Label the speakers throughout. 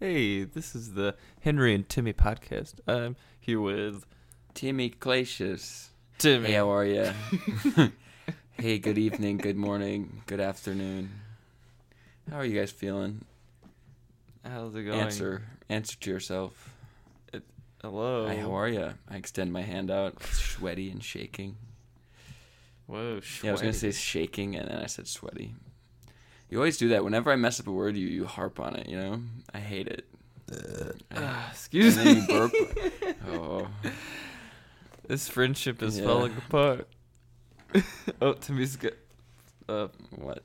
Speaker 1: Hey, this is the Henry and Timmy podcast. I'm here with
Speaker 2: Timmy Glacius.
Speaker 1: Timmy.
Speaker 2: Hey, how are you? hey, good evening, good morning, good afternoon. How are you guys feeling?
Speaker 1: How's it going?
Speaker 2: Answer, answer to yourself.
Speaker 1: Hello.
Speaker 2: Hey, how are you? I extend my hand out, sweaty and shaking.
Speaker 1: Whoa.
Speaker 2: Yeah, I was gonna say
Speaker 1: sweaty.
Speaker 2: shaking, and then I said sweaty. You always do that. Whenever I mess up a word, you you harp on it. You know, I hate it.
Speaker 1: Ah,
Speaker 2: And
Speaker 1: excuse
Speaker 2: then
Speaker 1: me.
Speaker 2: you burp. Oh,
Speaker 1: This friendship is
Speaker 2: Yeah.
Speaker 1: falling apart. oh, Timmy's got a
Speaker 2: what?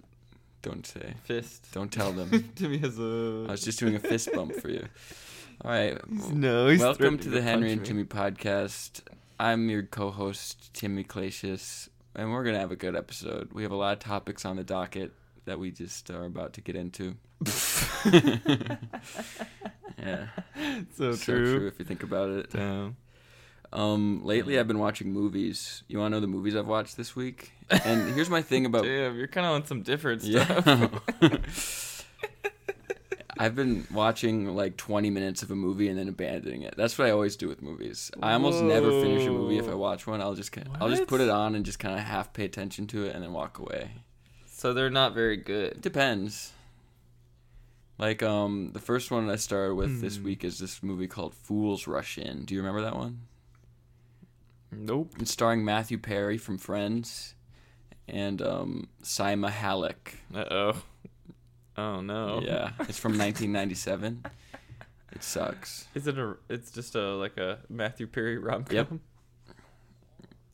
Speaker 2: Don't say.
Speaker 1: fist.
Speaker 2: Don't tell them.
Speaker 1: Timmy has a.
Speaker 2: I was just doing a fist bump for you. All right.
Speaker 1: He's- no, he's
Speaker 2: Oh. Welcome
Speaker 1: threatening
Speaker 2: to the Henry
Speaker 1: punch
Speaker 2: and Timmy podcast. I'm your co-host Timmy Clacius, and we're gonna have a good episode. We have a lot of topics on the docket that we just are about to get into. yeah,
Speaker 1: me. So,
Speaker 2: so
Speaker 1: true.
Speaker 2: if you think about it.
Speaker 1: Damn.
Speaker 2: Um, lately I've been watching movies. You want to know the movies I've watched this week? And here's my thing about
Speaker 1: Damn, you're kind of on some different stuff.
Speaker 2: Yeah. I've been watching like 20 minutes of a movie and then abandoning it. That's what I always do with movies. I almost never finish a movie if I
Speaker 1: Whoa.
Speaker 2: watch one. I'll just kind I'll just
Speaker 1: What?
Speaker 2: put it on and just kind of half pay attention to it and then walk away.
Speaker 1: So they're not very
Speaker 2: It
Speaker 1: good.
Speaker 2: depends. Like um the first one I started with this
Speaker 1: Hmm.
Speaker 2: week is this movie called Fools Rush In. Do you remember that one?
Speaker 1: Nope.
Speaker 2: It's starring Matthew Perry from Friends and um Sima Halleck.
Speaker 1: Uh oh. Oh no.
Speaker 2: Yeah, it's from 1997. It sucks.
Speaker 1: Is it a? It's just a like a Matthew Perry rom com.
Speaker 2: Yep.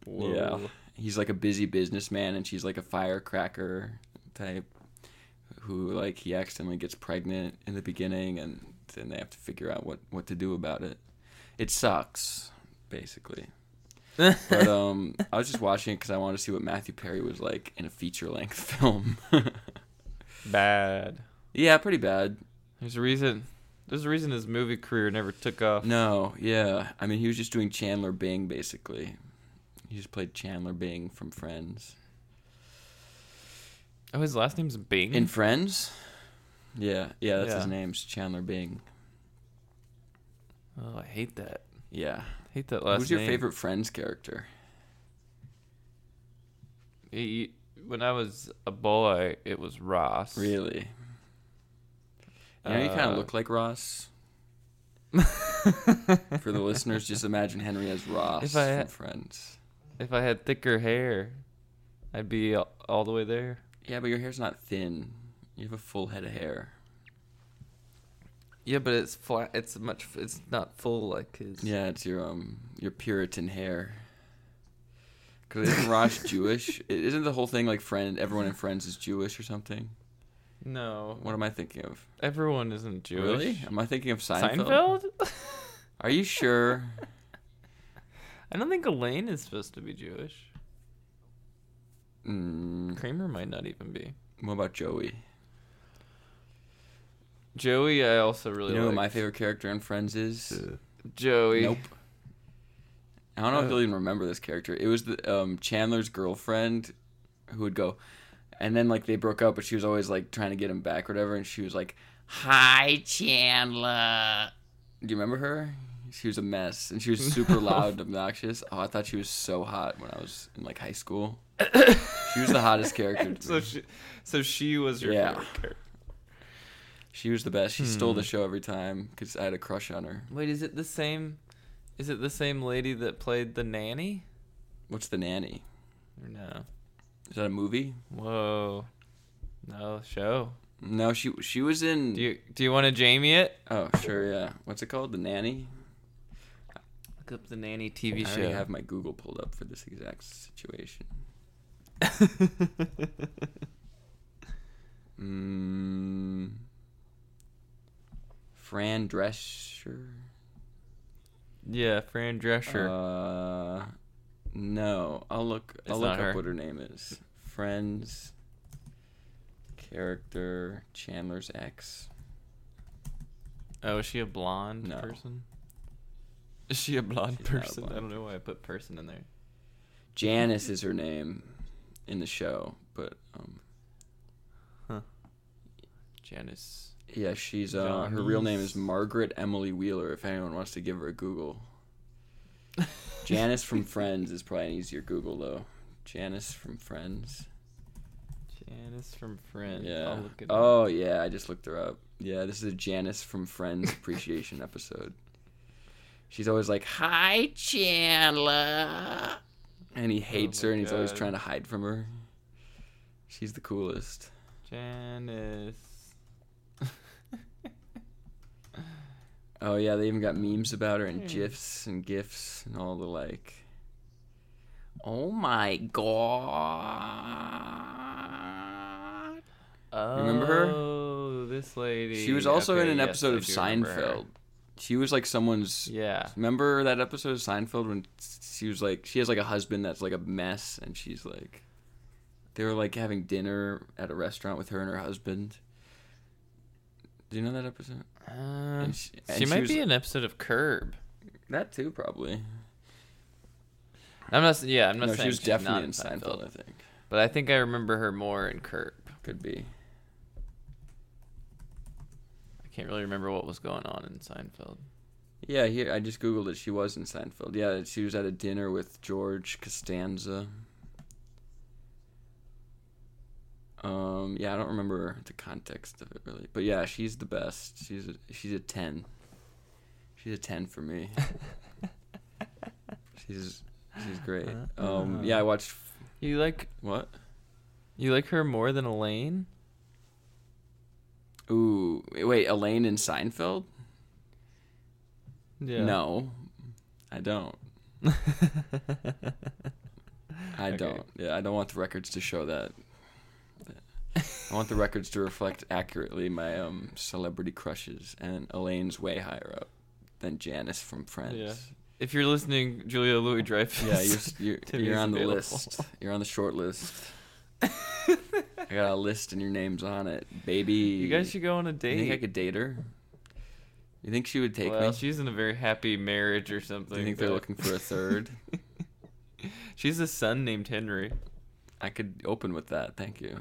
Speaker 2: Yeah. he's like a busy businessman and she's like a firecracker type who like he accidentally gets pregnant in the beginning and then they have to figure out what what to do about it it sucks basically but um i was just watching it because i wanted to see what matthew perry was like in a feature-length film
Speaker 1: Bad.
Speaker 2: yeah pretty bad
Speaker 1: There's a reason. There's a reason his movie career never took off.
Speaker 2: no yeah i mean he was just doing chandler bing basically he just played chandler bing from friends
Speaker 1: Oh, his last name's Bing.
Speaker 2: in friends Mm-hmm. yeah yeah that's his
Speaker 1: Yeah.
Speaker 2: name's chandler bing
Speaker 1: oh, I hate that.
Speaker 2: yeah
Speaker 1: hate that last
Speaker 2: Who's your
Speaker 1: name.
Speaker 2: favorite Friends character?
Speaker 1: He- when I was a boy, it was Ross.
Speaker 2: Really? You know, you kind
Speaker 1: Uh,
Speaker 2: of look like Ross. For the listeners, just imagine Henry as Ross
Speaker 1: If I-
Speaker 2: from Friends.
Speaker 1: If I had thicker hair, I'd be all, all the way there.
Speaker 2: Yeah, but your hair's not thin. You have a full head of hair.
Speaker 1: Yeah, but it's flat. It's much. It's not full like his.
Speaker 2: Yeah, it's your um your Puritan hair. Because isn't Ross Jewish? I- Isn't the whole thing like friend? Everyone in Friends is Jewish or something?
Speaker 1: No.
Speaker 2: What am I thinking of?
Speaker 1: Everyone isn't Jewish.
Speaker 2: Really? Am I thinking of Seinfeld?
Speaker 1: Seinfeld?
Speaker 2: Are you sure?
Speaker 1: I don't think Elaine is supposed to be Jewish.
Speaker 2: Mm,
Speaker 1: Kramer might not even be.
Speaker 2: what about Joey?
Speaker 1: Joey, I also really
Speaker 2: you know who
Speaker 1: like.
Speaker 2: my favorite character in Friends is?
Speaker 1: Joey.
Speaker 2: Nope. I don't know if
Speaker 1: Uh.
Speaker 2: you'll even remember this character. It was the um, Chandler's girlfriend who would go, and then like they broke up, but she was always like trying to get him back or whatever, and she was like, "Hi, Chandler." Do you remember her? She was a mess, and she was super loud and obnoxious. Oh, I thought she was so hot when I was in like high school. she was the hottest character. To
Speaker 1: So
Speaker 2: me.
Speaker 1: she, so she was your
Speaker 2: Yeah.
Speaker 1: favorite character.
Speaker 2: She was the best. She stole
Speaker 1: Hmm.
Speaker 2: the show every time because I had a crush on her.
Speaker 1: Wait, is it the same? Is it the same lady that played the nanny?
Speaker 2: What's the nanny?
Speaker 1: Or no.
Speaker 2: Is that a movie?
Speaker 1: Whoa. No show.
Speaker 2: No, she she was in.
Speaker 1: Do you do you want to Jamie it?
Speaker 2: Oh, sure, yeah. What's it called? The Nanny?
Speaker 1: Look up the nanny TV
Speaker 2: I
Speaker 1: show.
Speaker 2: already have my Google pulled up for this exact situation. Mm, Fran Drescher?
Speaker 1: yeah, Fran Drescher.
Speaker 2: Uh, no, I'll look. I'll
Speaker 1: It's
Speaker 2: look
Speaker 1: not
Speaker 2: up
Speaker 1: her.
Speaker 2: what her name is. Friends. Character Chandler's ex.
Speaker 1: oh, is she a blonde
Speaker 2: No.
Speaker 1: person? Is she a blonde
Speaker 2: She's not a
Speaker 1: person? I
Speaker 2: blonde.
Speaker 1: don't know why I put person in there.
Speaker 2: Janice is her name in the show, but um,
Speaker 1: Janice.
Speaker 2: Yeah, she's uh, her real name is Margaret Emily Wheeler. If anyone wants to give her a Google, Janice from Friends is probably an easier Google though. Janice from Friends.
Speaker 1: Janice from Friends.
Speaker 2: Yeah.
Speaker 1: I'll look it up.
Speaker 2: Oh yeah, I just looked her up. Yeah, this is a Janice from Friends appreciation episode. She's always like, "Hi, Chandler," and he hates
Speaker 1: Oh my
Speaker 2: her, and he's always
Speaker 1: God.
Speaker 2: trying to hide from her. She's the coolest.
Speaker 1: Janice.
Speaker 2: Oh yeah, they even got memes about her and
Speaker 1: Hmm.
Speaker 2: gifs and gifs and all the like. Oh my god!
Speaker 1: Oh,
Speaker 2: Remember her?
Speaker 1: this lady.
Speaker 2: She was also
Speaker 1: Okay,
Speaker 2: in an
Speaker 1: yes,
Speaker 2: episode
Speaker 1: I
Speaker 2: of
Speaker 1: do remember her.
Speaker 2: Seinfeld. She was like someone's.
Speaker 1: Yeah.
Speaker 2: Remember that episode of Seinfeld when she was like she has like a husband that's like a mess and she's like they were like having dinner at a restaurant with her and her husband. Do you know that episode?
Speaker 1: Uh,
Speaker 2: And she, and
Speaker 1: she might
Speaker 2: was-
Speaker 1: be in an episode of Curb.
Speaker 2: that too probably.
Speaker 1: I'm not. s- Yeah, I'm not
Speaker 2: No,
Speaker 1: saying
Speaker 2: she was
Speaker 1: she's
Speaker 2: definitely
Speaker 1: not
Speaker 2: in Seinfeld, I think.
Speaker 1: but I think I remember her more in Curb.
Speaker 2: Could be.
Speaker 1: I can't really remember what was going on in Seinfeld.
Speaker 2: Yeah, here I just googled it. She was in Seinfeld. Yeah, she was at a dinner with George Costanza. Um, yeah, I don't remember the context of it really, but yeah, she's the best. She's a, she's a ten. She's a ten for me. she's she's great. Um, yeah, I watched
Speaker 1: You like
Speaker 2: what?
Speaker 1: you like her more than Elaine?
Speaker 2: Ooh, wait, Elaine in Seinfeld?
Speaker 1: Yeah.
Speaker 2: No, I don't. I
Speaker 1: Okay.
Speaker 2: don't. Yeah, I don't want the records to show that. I want the records to reflect accurately my um, celebrity crushes, and Elaine's way higher up than Janice from Friends.
Speaker 1: Yeah. If you're listening, Julia Louis Dreyfus.
Speaker 2: Yeah, you're s- you're,
Speaker 1: Timmy's
Speaker 2: you're on the
Speaker 1: available.
Speaker 2: list. You're on the short list. I got a list, and your name's on it, baby.
Speaker 1: You guys should go on a
Speaker 2: You
Speaker 1: date.
Speaker 2: think I could date her? You think she would take
Speaker 1: well,
Speaker 2: me?
Speaker 1: she's in a very happy marriage or something.
Speaker 2: Do you think they're
Speaker 1: but-
Speaker 2: looking for a third?
Speaker 1: She's a son named Henry.
Speaker 2: I could open with that. Thank you.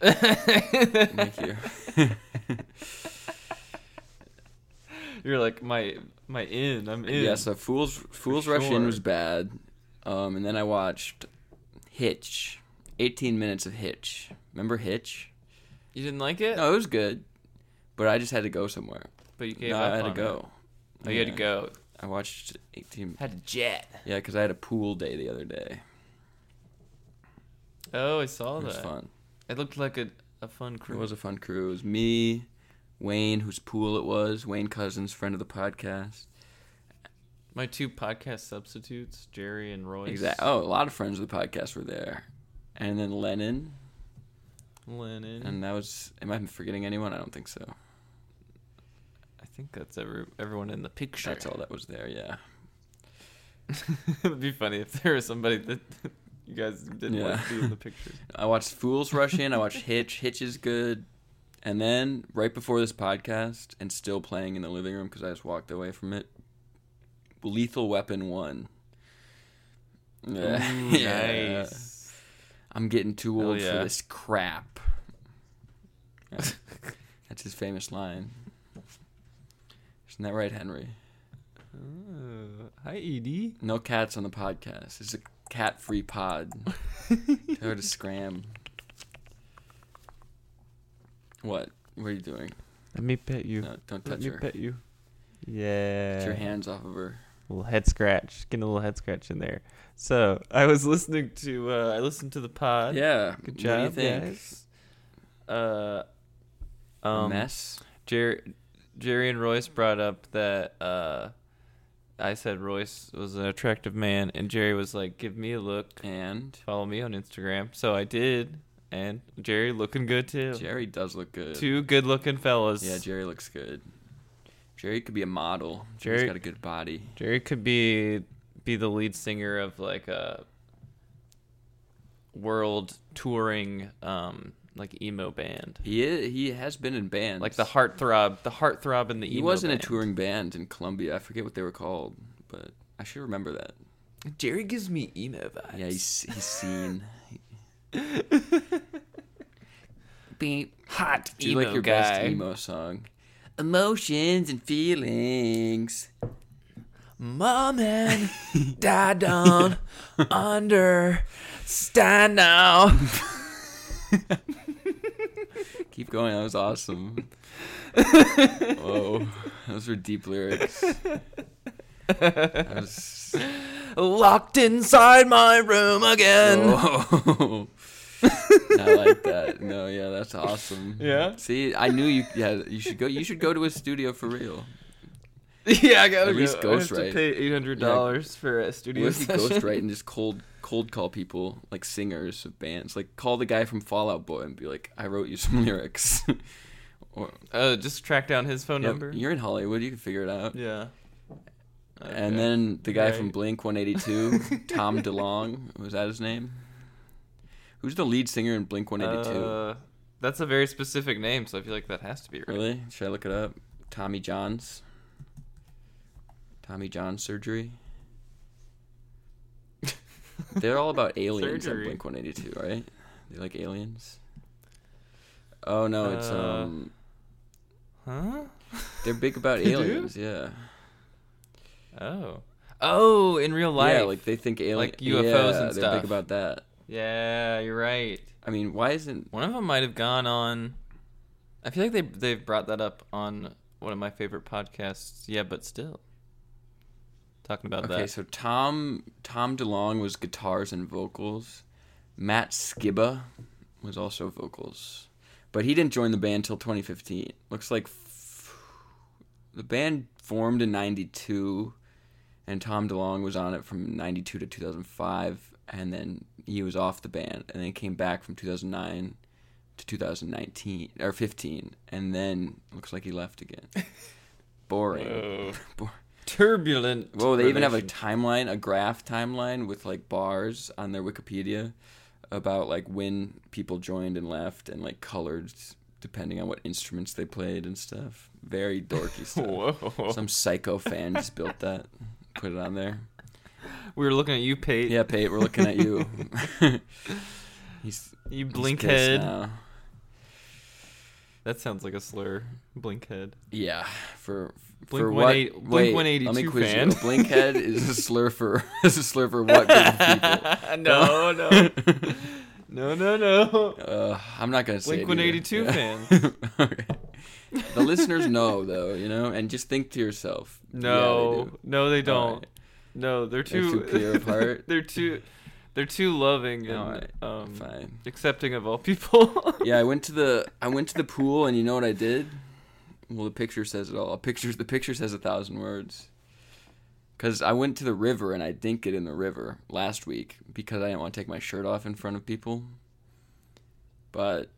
Speaker 2: Thank
Speaker 1: Thank
Speaker 2: you.
Speaker 1: You're like my my in. I'm in.
Speaker 2: Yeah, so Fools Fools Rush In
Speaker 1: sure.
Speaker 2: was bad, um, and then I watched Hitch, eighteen minutes of Hitch. Remember Hitch?
Speaker 1: you didn't like it,
Speaker 2: No, it was good, but I just had to go somewhere.
Speaker 1: but you gave
Speaker 2: no,
Speaker 1: up.
Speaker 2: I had to
Speaker 1: on it.
Speaker 2: go.
Speaker 1: Oh, you had to
Speaker 2: Yeah.
Speaker 1: go.
Speaker 2: I watched eighteen.
Speaker 1: Had to jet.
Speaker 2: Yeah, because I had a pool day the other day.
Speaker 1: Oh, I saw
Speaker 2: It was
Speaker 1: that.
Speaker 2: fun.
Speaker 1: It looked like a, a fun
Speaker 2: It
Speaker 1: cruise.
Speaker 2: was a fun cruise. Me, Wayne, whose pool it was. Wayne Cousins, friend of the podcast.
Speaker 1: My two podcast substitutes, Jerry and Royce.
Speaker 2: Exactly. Oh, a lot of friends of the podcast were there, and then Lennon.
Speaker 1: Lennon.
Speaker 2: oh. And that was. Am I forgetting anyone? I don't think so.
Speaker 1: I think that's every, everyone in the picture.
Speaker 2: That's all that was there. Yeah.
Speaker 1: It'd be funny if there was somebody that you guys didn't want
Speaker 2: Yeah.
Speaker 1: to see in the picture.
Speaker 2: I watched Fools Rush In. I watched Hitch. Hitch is good. And then right before this podcast, and still playing in the living room because I just walked away from it. Lethal Weapon One. Yeah.
Speaker 1: Ooh,
Speaker 2: Yeah.
Speaker 1: Nice.
Speaker 2: I'm getting too
Speaker 1: Hell
Speaker 2: old
Speaker 1: yeah.
Speaker 2: for this crap. Yeah. That's his famous line. Isn't that right, Henry? Uh,
Speaker 1: Oh, hi, Edie.
Speaker 2: No cats on the podcast. It's a cat-free pod. Tell her to scram. What? What are you doing?
Speaker 1: Let me pet you.
Speaker 2: No, don't touch her.
Speaker 1: pet you. Yeah.
Speaker 2: Uh, Get your hands off of her.
Speaker 1: little head scratch, getting a little head scratch in there. So I was listening to uh, I listened to the pod.
Speaker 2: Yeah.
Speaker 1: good job,
Speaker 2: What do you think?
Speaker 1: guys. Uh,
Speaker 2: A
Speaker 1: um,
Speaker 2: mess.
Speaker 1: Jerry, Jerry and Royce brought up that uh, I said Royce was an attractive man, and Jerry was like, "Give me a look,
Speaker 2: And
Speaker 1: follow me on Instagram." So I did, and Jerry looking good too.
Speaker 2: Jerry does look good.
Speaker 1: Two good-looking fellas.
Speaker 2: Yeah, Jerry looks good. Jerry could be a model. Jerry's
Speaker 1: Jerry-
Speaker 2: got a good body.
Speaker 1: Jerry could be be the lead singer of like a world touring um like emo band.
Speaker 2: He is, he has been in bands.
Speaker 1: Like the heartthrob, the heartthrob in the emo
Speaker 2: He was in a
Speaker 1: band.
Speaker 2: touring band in Columbia. I forget what they were called, but I should remember that.
Speaker 1: Jerry gives me emo vibes.
Speaker 2: Yeah, he's he's seen. beep.
Speaker 1: Hot
Speaker 2: Do you like your best emo song? Emotions and feelings.
Speaker 1: Mom and dad don't understand now.
Speaker 2: Keep going. That was awesome. Whoa, those were deep lyrics. That was-
Speaker 1: Locked inside my room again.
Speaker 2: Oh. Whoa. I like that. No, yeah, that's awesome.
Speaker 1: Yeah?
Speaker 2: See, I knew you. Yeah, you should go. You should go to a studio for real.
Speaker 1: Yeah, I gotta
Speaker 2: At least
Speaker 1: go. I have
Speaker 2: ghostwrite.
Speaker 1: to pay eight hundred dollars for a
Speaker 2: What
Speaker 1: studio
Speaker 2: if you
Speaker 1: session.
Speaker 2: ghostwrite and just cold cold call people like singers of bands? Like call the guy from Fallout Boy and be like, "I wrote you some lyrics." or
Speaker 1: Uh, just track down his phone
Speaker 2: yeah,
Speaker 1: number.
Speaker 2: you're in Hollywood, you can figure it out.
Speaker 1: Yeah. Okay.
Speaker 2: And then the guy from
Speaker 1: Right.
Speaker 2: Blink 182, Tom DeLong, was that his name? Who's the lead singer in Blink 182?
Speaker 1: Uh, that's a very specific name, so I feel like that has to be right.
Speaker 2: really? Should I look it up? Tommy John's. Tommy John surgery. They're all about aliens at
Speaker 1: Surgery.
Speaker 2: Blink 182, right? They like aliens. Oh no, it's
Speaker 1: Uh,
Speaker 2: um
Speaker 1: Huh?
Speaker 2: they're big about
Speaker 1: They do?
Speaker 2: aliens, yeah.
Speaker 1: Oh. Oh, in real life.
Speaker 2: Yeah, like they think alien
Speaker 1: Like UFOs
Speaker 2: yeah,
Speaker 1: and
Speaker 2: They're
Speaker 1: stuff.
Speaker 2: big about that.
Speaker 1: Yeah, you're right.
Speaker 2: I mean, why isn't
Speaker 1: One of them might have gone on. I feel like they they've brought that up on one of my favorite podcasts. Yeah, but still. Talking about
Speaker 2: Okay,
Speaker 1: that.
Speaker 2: so Tom Tom DeLong was guitars and vocals. Matt Skiba was also vocals, but he didn't join the band till 2015. Looks like f- the band formed in '92, and Tom DeLong was on it from '92 to 2005, and then he was off the band, and then came back from 2009 to 2019 or 15, and then looks like he left again. Boring. Boring.
Speaker 1: Turbulent.
Speaker 2: Whoa, they even have a
Speaker 1: relation-
Speaker 2: timeline, a graph timeline with like bars on their Wikipedia about like when people joined and left and like colored depending on what instruments they played and stuff. Very dorky stuff.
Speaker 1: Whoa.
Speaker 2: Some psycho fan just built that, put it on there.
Speaker 1: we were looking at you, Pate.
Speaker 2: Yeah, Pate, we're looking at you. he's
Speaker 1: You
Speaker 2: he's
Speaker 1: blink
Speaker 2: pissed
Speaker 1: head.
Speaker 2: now.
Speaker 1: That sounds like a slur. Blink head.
Speaker 2: Yeah, for
Speaker 1: Blink
Speaker 2: for
Speaker 1: 18
Speaker 2: what?
Speaker 1: Blink
Speaker 2: wait,
Speaker 1: 182
Speaker 2: Let me
Speaker 1: fan.
Speaker 2: quiz you. Blinkhead is a slur for is a slur for what group of people?
Speaker 1: no, no. No, no, no.
Speaker 2: Uh, I'm not gonna say. it either.
Speaker 1: Blink-182
Speaker 2: Okay. The listeners know though, you know, and just think to yourself.
Speaker 1: No,
Speaker 2: yeah, they do.
Speaker 1: no, they
Speaker 2: All
Speaker 1: don't.
Speaker 2: right.
Speaker 1: No, they're
Speaker 2: They're
Speaker 1: too,
Speaker 2: too pure of heart?
Speaker 1: they're too, they're too loving and
Speaker 2: All right,
Speaker 1: um,
Speaker 2: Fine.
Speaker 1: accepting of all people.
Speaker 2: Yeah, I went to the I went to the pool, and you know what I did? Well, the picture says it all. A picture the picture says a thousand words. Cause I went to the river and I didn't get in the river last week because I didn't want to take my shirt off in front of people. But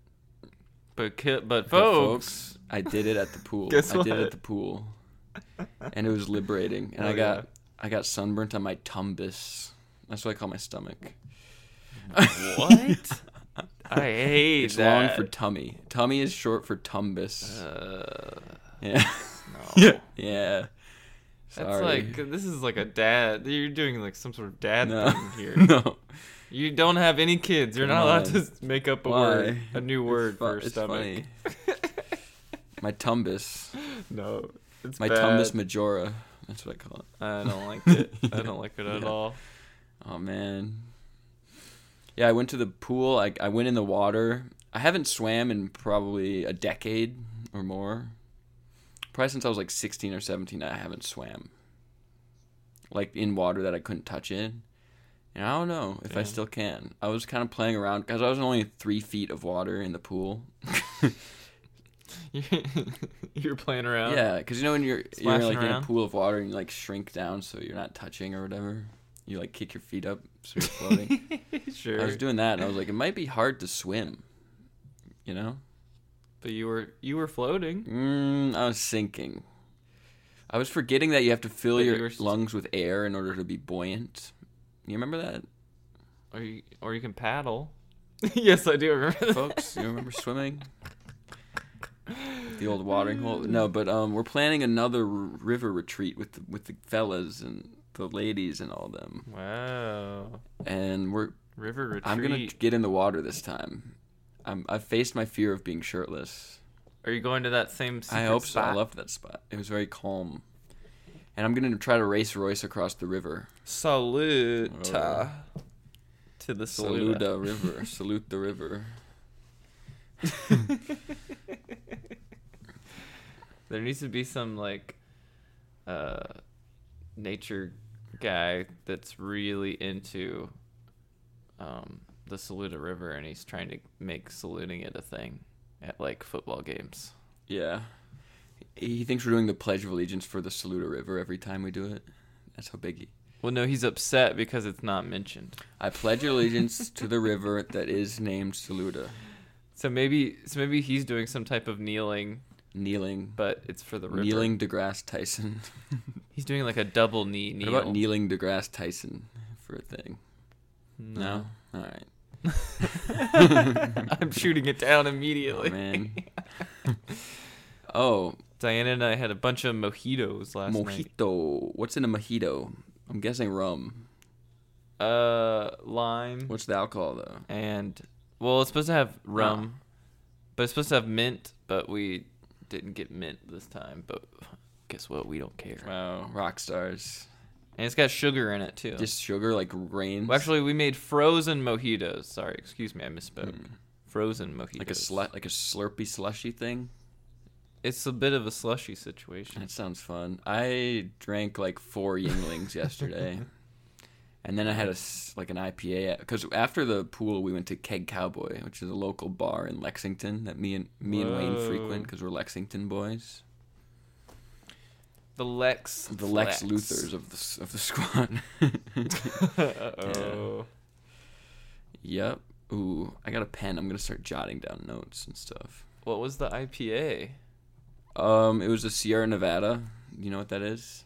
Speaker 1: but ki- but
Speaker 2: But
Speaker 1: folks,
Speaker 2: I did it at the pool.
Speaker 1: Guess
Speaker 2: I did it
Speaker 1: what?
Speaker 2: at the pool, and it was liberating. And
Speaker 1: Hell
Speaker 2: I got
Speaker 1: yeah.
Speaker 2: I got sunburnt on my tumbus. That's what I call my stomach.
Speaker 1: what? I hate
Speaker 2: It's long
Speaker 1: that.
Speaker 2: for tummy. Tummy is short for tumbus.
Speaker 1: uh,
Speaker 2: yeah.
Speaker 1: no.
Speaker 2: yeah.
Speaker 1: That's
Speaker 2: Sorry.
Speaker 1: like this is like a dad. You're doing like some sort of dad
Speaker 2: no.
Speaker 1: thing here.
Speaker 2: no.
Speaker 1: You don't have any kids. You're not allowed
Speaker 2: Come
Speaker 1: to make up a
Speaker 2: Why?
Speaker 1: word, a new
Speaker 2: It's
Speaker 1: word
Speaker 2: fu-
Speaker 1: for
Speaker 2: it's
Speaker 1: stomach.
Speaker 2: funny. my tumbus.
Speaker 1: No, it's
Speaker 2: My
Speaker 1: bad.
Speaker 2: tumbus majora. That's what I call it.
Speaker 1: I don't like it. I don't like it at
Speaker 2: Yeah.
Speaker 1: all.
Speaker 2: Oh man. Yeah, I went to the pool. I I went in the water. I haven't swam in probably a decade or more. Probably since I was like 16 or 17, I haven't swam. Like in water that I couldn't touch in. And I don't know if I
Speaker 1: Yeah.
Speaker 2: still can. I was kind of playing around because I was only three feet of water in the pool.
Speaker 1: You're playing around.
Speaker 2: Yeah, because you know when you're you're
Speaker 1: Splashing
Speaker 2: like in a
Speaker 1: around.
Speaker 2: pool of water and you like shrink down so you're not touching or whatever. You like kick your feet up so you're floating.
Speaker 1: sure.
Speaker 2: I was doing that, and I was like, it might be hard to swim. You know,
Speaker 1: but you were you were floating.
Speaker 2: mm, I was sinking. I was forgetting that you have to fill
Speaker 1: But you
Speaker 2: your
Speaker 1: were s-
Speaker 2: lungs with air in order to be buoyant. You remember that,
Speaker 1: Or you or you can paddle. yes, I do remember. That.
Speaker 2: folks? you remember swimming? The old watering hole. No, but um, we're planning another r- river retreat with the, with the fellas and the ladies and all them,
Speaker 1: Wow.
Speaker 2: and we're
Speaker 1: River retreat.
Speaker 2: I'm gonna get in the water this time. I'm I faced my fear of being shirtless.
Speaker 1: Are you going to that same? Secret
Speaker 2: I hope so. I
Speaker 1: spot?
Speaker 2: loved that spot. It was very calm. And I'm gonna try to race Royce across the river.
Speaker 1: Salute
Speaker 2: Oh.
Speaker 1: to the
Speaker 2: Salute
Speaker 1: saluda.
Speaker 2: the river. Salute the river.
Speaker 1: There needs to be some like uh nature guy that's really into um the Saluda River and he's trying to make saluting it a thing at like football games.
Speaker 2: Yeah. He thinks we're doing the Pledge of Allegiance for the Saluda River every time we do it. That's how big he.
Speaker 1: Well no, he's upset because it's not mentioned.
Speaker 2: I pledge allegiance to the river that is named Saluda.
Speaker 1: So maybe so maybe he's doing some type of kneeling
Speaker 2: Kneeling.
Speaker 1: but it's for the river.
Speaker 2: Kneeling deGrasse Tyson.
Speaker 1: He's doing like a double knee kneel.
Speaker 2: What about kneeling deGrasse Tyson for a thing? No? All right.
Speaker 1: I'm shooting it down immediately.
Speaker 2: Oh, man. oh,
Speaker 1: Diana and I had a bunch of mojitos last night.
Speaker 2: mojito. What's in a mojito? I'm guessing rum.
Speaker 1: Uh, lime
Speaker 2: What's the alcohol, though?
Speaker 1: and well, it's supposed to have rum, but it's supposed to have mint. But we didn't get mint this time. But guess what? We don't care.
Speaker 2: Wow. Rock stars.
Speaker 1: And it's got sugar in it too.
Speaker 2: Just sugar, like rain.
Speaker 1: well, actually, we made frozen mojitos. Sorry, excuse me, I misspoke. Frozen mojitos.
Speaker 2: Hmm. like a slu- like a slurpy slushy thing.
Speaker 1: It's a bit of a slushy situation.
Speaker 2: That sounds fun. I drank like four Yinglings yesterday, and then I had a s- like an IPA because after the pool we went to Keg Cowboy, which is a local bar in Lexington that me and me and Wayne
Speaker 1: Whoa.
Speaker 2: frequent because we're Lexington boys,
Speaker 1: The Lex.
Speaker 2: the Lex
Speaker 1: Flex.
Speaker 2: Luthers of the s- of the squad.
Speaker 1: Uh-oh.
Speaker 2: yep. Ooh, I got a pen. I'm gonna start jotting down notes and stuff.
Speaker 1: What was the IPA?
Speaker 2: Um, it was the Sierra Nevada. You know what that is?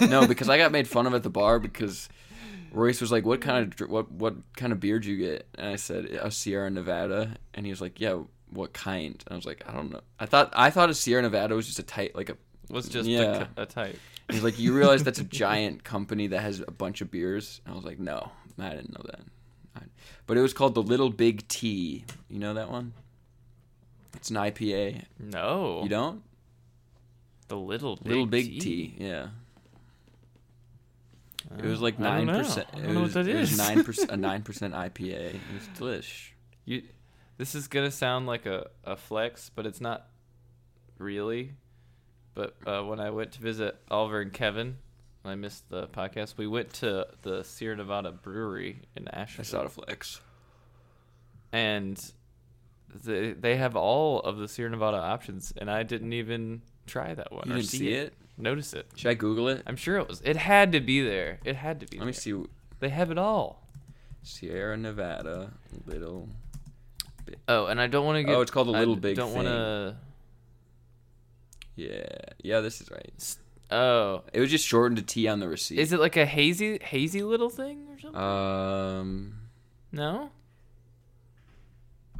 Speaker 2: no, because I got made fun of at the bar because Royce was like, "What kind of dr- what what kind of beer do you get?" And I said, "A Sierra Nevada," and he was like, "Yeah, what kind?" And I was like, "I don't know. I thought I thought a Sierra Nevada was just a tight like a."
Speaker 1: Was just a
Speaker 2: Yeah.
Speaker 1: c- a type.
Speaker 2: He's like, "You realize that's a giant company that has a bunch of beers?" And I was like, "No, I didn't know that." I- But it was called the Little Big T. You know that one? It's an IPA.
Speaker 1: No.
Speaker 2: You don't?
Speaker 1: The little big
Speaker 2: Little Big
Speaker 1: T. Oh,
Speaker 2: T. Yeah. It was like
Speaker 1: I don't
Speaker 2: nine
Speaker 1: know.
Speaker 2: percent.
Speaker 1: I don't know what that
Speaker 2: It was
Speaker 1: is.
Speaker 2: nine percent. A nine percent IPA. It was delish.
Speaker 1: You, this is gonna sound like a, a flex, but it's not really. But uh, when I went to visit Oliver and Kevin, and I missed the podcast, we went to the Sierra Nevada Brewery in Ashland,
Speaker 2: That's not a flex.
Speaker 1: and they they have all of the Sierra Nevada options, and I didn't even try that one
Speaker 2: You
Speaker 1: or
Speaker 2: didn't see it?
Speaker 1: notice it.
Speaker 2: Should I Google it?
Speaker 1: I'm sure it was. It had to be there. It had to be.
Speaker 2: Let me
Speaker 1: there.
Speaker 2: see.
Speaker 1: They have it all.
Speaker 2: Sierra Nevada, little.
Speaker 1: Oh, and I don't want to get.
Speaker 2: Oh, it's called the
Speaker 1: I
Speaker 2: Little Big
Speaker 1: Don't
Speaker 2: Thing.
Speaker 1: want to.
Speaker 2: Yeah, yeah, this is right.
Speaker 1: Oh,
Speaker 2: It was just shortened to T on the receipt.
Speaker 1: is it like a hazy, hazy little thing or something?
Speaker 2: Um,
Speaker 1: no.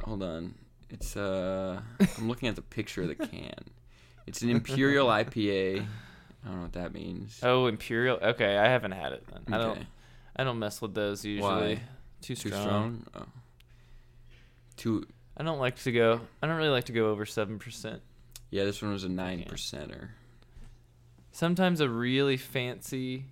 Speaker 2: hold on. It's uh, I'm looking at the picture of the can. It's an Imperial IPA. I don't know what that means.
Speaker 1: Oh, imperial. Okay, I haven't had it then. I don't.
Speaker 2: Okay.
Speaker 1: I don't mess with those usually.
Speaker 2: Why?
Speaker 1: Too
Speaker 2: Too
Speaker 1: strong.
Speaker 2: strong. Oh. Too
Speaker 1: I don't like to go. I don't really like to go over seven percent.
Speaker 2: Yeah, this one was a nine percenter.
Speaker 1: Sometimes a really fancy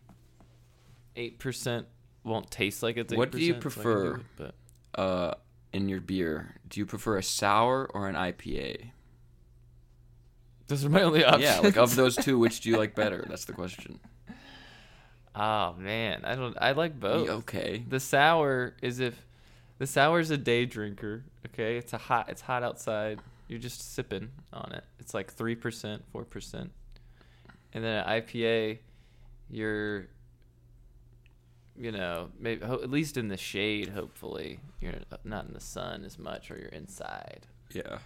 Speaker 1: eight percent won't taste like it's. 8%,
Speaker 2: What do you
Speaker 1: so I can do
Speaker 2: prefer?
Speaker 1: it, but
Speaker 2: Uh, in your beer, do you prefer a sour or an IPA?
Speaker 1: those are my only options.
Speaker 2: Yeah, like of those two, which do you like better? That's the question.
Speaker 1: oh man, I don't. I like both.
Speaker 2: Y- Okay.
Speaker 1: The sour is if the sour is a day drinker. Okay, it's a hot. It's hot outside. You're just sipping on it. It's like three percent, four percent, and then an IPA, you're, you know, maybe ho- at least in the shade. Hopefully, you're not in the sun as much, or you're inside
Speaker 2: Yeah.